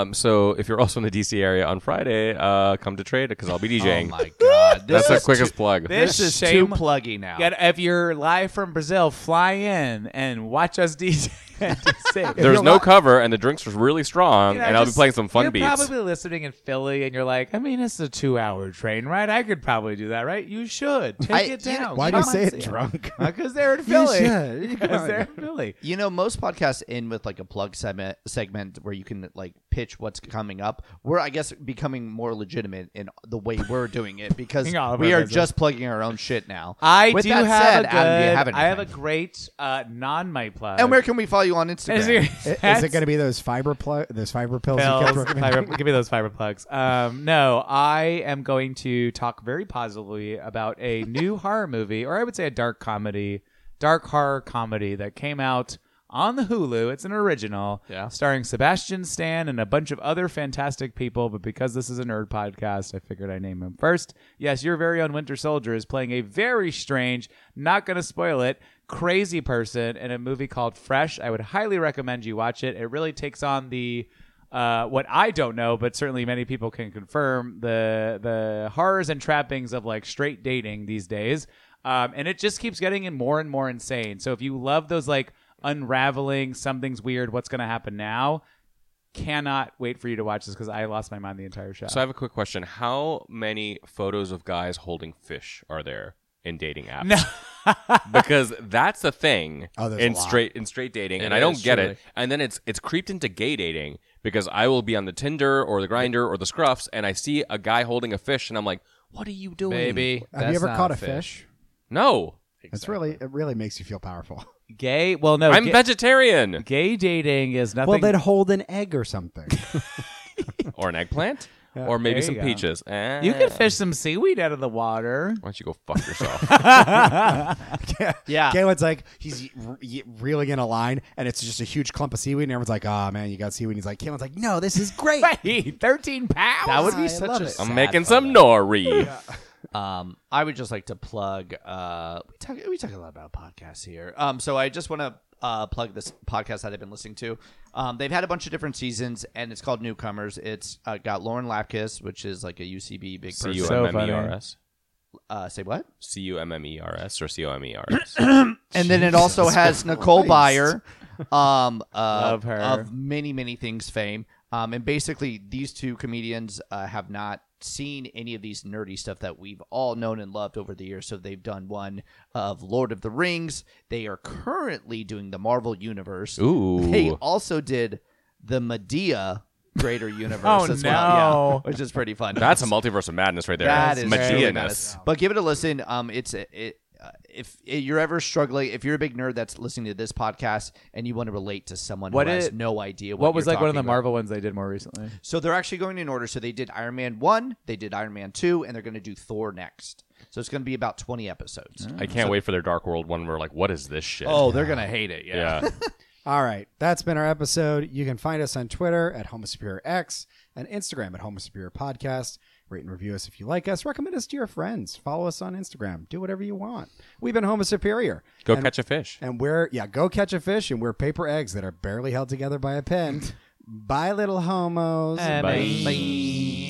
[SPEAKER 2] Um, so if you're also in the DC area on Friday, uh, come to trade because I'll be DJing.
[SPEAKER 3] Oh my god, this
[SPEAKER 2] That's the
[SPEAKER 3] is
[SPEAKER 2] quickest
[SPEAKER 3] too,
[SPEAKER 2] plug.
[SPEAKER 4] this-
[SPEAKER 3] This is
[SPEAKER 4] shame.
[SPEAKER 3] too pluggy now.
[SPEAKER 4] Get, if you're live from Brazil, fly in and watch us DJ. Just say-
[SPEAKER 2] There's
[SPEAKER 1] you're
[SPEAKER 2] no
[SPEAKER 1] not-
[SPEAKER 2] cover, and the drinks are really strong,
[SPEAKER 4] You know,
[SPEAKER 2] and I'll be
[SPEAKER 4] just-
[SPEAKER 2] playing some fun
[SPEAKER 4] you're
[SPEAKER 2] beats.
[SPEAKER 4] probably listening in Philly, and you're like, I mean, it's a two-hour train ride. I could probably do that, right? You should take
[SPEAKER 3] I-
[SPEAKER 4] it
[SPEAKER 3] you know-
[SPEAKER 4] down.
[SPEAKER 1] Why do you say it drunk?
[SPEAKER 4] Because Uh, they're in Philly.
[SPEAKER 1] should.
[SPEAKER 4] Because they're in Philly.
[SPEAKER 3] you know, most podcasts end with like a plug segment, segment where you can like pitch what's coming up. We're, I guess, becoming more legitimate in the way we're doing it because
[SPEAKER 4] Hang on, I'll
[SPEAKER 3] we are
[SPEAKER 4] revisit.
[SPEAKER 3] just plugging our own shit now.
[SPEAKER 4] I
[SPEAKER 3] With
[SPEAKER 4] do
[SPEAKER 3] that
[SPEAKER 4] have
[SPEAKER 3] said,
[SPEAKER 4] a good.
[SPEAKER 3] Adam, do you have
[SPEAKER 4] I have a
[SPEAKER 3] anything?
[SPEAKER 4] great uh, non-my plug.
[SPEAKER 3] And where can we follow you on Instagram?
[SPEAKER 4] Is there-
[SPEAKER 1] Is it
[SPEAKER 4] that's-
[SPEAKER 1] going to be those fiber pl- those fiber pills? You
[SPEAKER 4] pills,
[SPEAKER 1] kept recommending?
[SPEAKER 4] fiber- give me those fiber plugs. Um, no, I am going to talk very positively about a new horror movie, or I would say a dark comedy, dark horror comedy that came out on the Hulu. It's an original,
[SPEAKER 2] Yeah.
[SPEAKER 4] starring Sebastian Stan and a bunch of other fantastic people. But because this is a nerd podcast, I figured I'd name him first. Yes, your very own Winter Soldier is playing a very strange, not going to spoil it, crazy person in a movie called Fresh. I would highly recommend you watch it. It really takes on the uh, what I don't know, but certainly many people can confirm the the horrors and trappings of like straight dating these days. Um, and it just keeps getting in more and more insane. So if you love those like unraveling, something's weird, what's going to happen now, cannot wait for you to watch this because I lost my mind the entire show.
[SPEAKER 2] So I have a quick question. How many photos of guys holding fish are there in dating apps? because that's the thing
[SPEAKER 1] Oh, there's a
[SPEAKER 2] in
[SPEAKER 1] lot.
[SPEAKER 2] straight in straight dating, and
[SPEAKER 5] It
[SPEAKER 2] I don't
[SPEAKER 5] is,
[SPEAKER 2] get
[SPEAKER 5] truly.
[SPEAKER 2] it. And then it's it's creeped into gay dating because I will be on the Tinder or the Grinder or the Scruffs, and I see a guy holding a fish, and I'm like, "What are you doing,
[SPEAKER 5] Baby,
[SPEAKER 1] Have you ever caught a fish?
[SPEAKER 2] No,
[SPEAKER 1] It's really it really makes you feel powerful.
[SPEAKER 4] gay? Well, no.
[SPEAKER 2] I'm
[SPEAKER 4] ga-
[SPEAKER 2] vegetarian
[SPEAKER 4] gay dating is nothing.
[SPEAKER 1] Well, they'd hold an egg or something.
[SPEAKER 2] or an eggplant or maybe
[SPEAKER 4] there
[SPEAKER 2] some
[SPEAKER 4] you go.
[SPEAKER 2] peaches. Eh.
[SPEAKER 4] you can fish some seaweed out of the water.
[SPEAKER 2] Why don't you go fuck yourself?
[SPEAKER 3] Yeah.
[SPEAKER 1] Galen's like he's re- re- reeling in a line, and it's just a huge clump of seaweed, and everyone's like, "Ah, man, you got seaweed." And he's like, "Galen's like, no, this is great."
[SPEAKER 4] Right, thirteen pounds.
[SPEAKER 3] That would
[SPEAKER 1] I
[SPEAKER 3] be such
[SPEAKER 1] love
[SPEAKER 3] a.
[SPEAKER 1] it.
[SPEAKER 2] I'm
[SPEAKER 3] sad
[SPEAKER 2] making some
[SPEAKER 3] photo.
[SPEAKER 2] nori.
[SPEAKER 3] Um, I would just like to plug. Uh, we talk we talk a lot about podcasts here. Um, so I just want to uh, plug this podcast that I've been listening to. Um, they've had a bunch of different seasons, and it's called Newcomers. It's uh, got Lauren Lapkus, which is like a UCB big
[SPEAKER 2] C
[SPEAKER 3] person.
[SPEAKER 2] u
[SPEAKER 4] So
[SPEAKER 2] m m e r s.
[SPEAKER 3] Uh, say what?
[SPEAKER 2] C u m m e r s or c o m e r s.
[SPEAKER 3] and then it also has Nicole
[SPEAKER 1] Christ.
[SPEAKER 3] Byer, um, uh,
[SPEAKER 4] Love her.
[SPEAKER 3] of many many things fame. Um, and basically, these two comedians uh, have not seen any of these nerdy stuff that we've all known and loved over the years. So they've done one of Lord of the Rings. They are currently doing the Marvel Universe.
[SPEAKER 2] Ooh.
[SPEAKER 3] They also did the Medea Greater Universe
[SPEAKER 4] Oh,
[SPEAKER 3] as well, yeah,
[SPEAKER 4] no.
[SPEAKER 3] which is pretty fun.
[SPEAKER 2] That's a multiverse of madness right there.
[SPEAKER 3] That
[SPEAKER 2] That's
[SPEAKER 3] is
[SPEAKER 2] Medea-ness.
[SPEAKER 3] truly madness. But give it a listen. Um, it's it. it uh, if you're ever struggling, if you're a big nerd that's listening to this podcast and you want to relate to someone
[SPEAKER 4] What
[SPEAKER 3] who
[SPEAKER 4] it-
[SPEAKER 3] has no idea what,
[SPEAKER 4] What was
[SPEAKER 3] you're
[SPEAKER 4] like one of the
[SPEAKER 3] talking about-
[SPEAKER 4] Marvel ones they did more recently?
[SPEAKER 3] So they're actually going in order. So they did Iron Man one, they did Iron Man two, and they're going to do Thor next. So it's going to be about 20 episodes.
[SPEAKER 2] I can't wait for their Dark World one. We're like, what is this shit?
[SPEAKER 3] Oh, they're going to hate it. Yeah.
[SPEAKER 2] yeah.
[SPEAKER 1] All right, that's been our episode. You can find us on Twitter at Homo Superior X and Instagram at Homo Superior Podcast. Rate and review us if you like us. Recommend us to your friends. Follow us on Instagram. Do whatever you want. We've been Homo Superior.
[SPEAKER 2] Go
[SPEAKER 1] and,
[SPEAKER 2] catch a fish.
[SPEAKER 1] And we're, yeah, go catch a fish and we're paper eggs that are barely held together by a pin. Bye, little homos.
[SPEAKER 4] Bye.
[SPEAKER 2] Bye.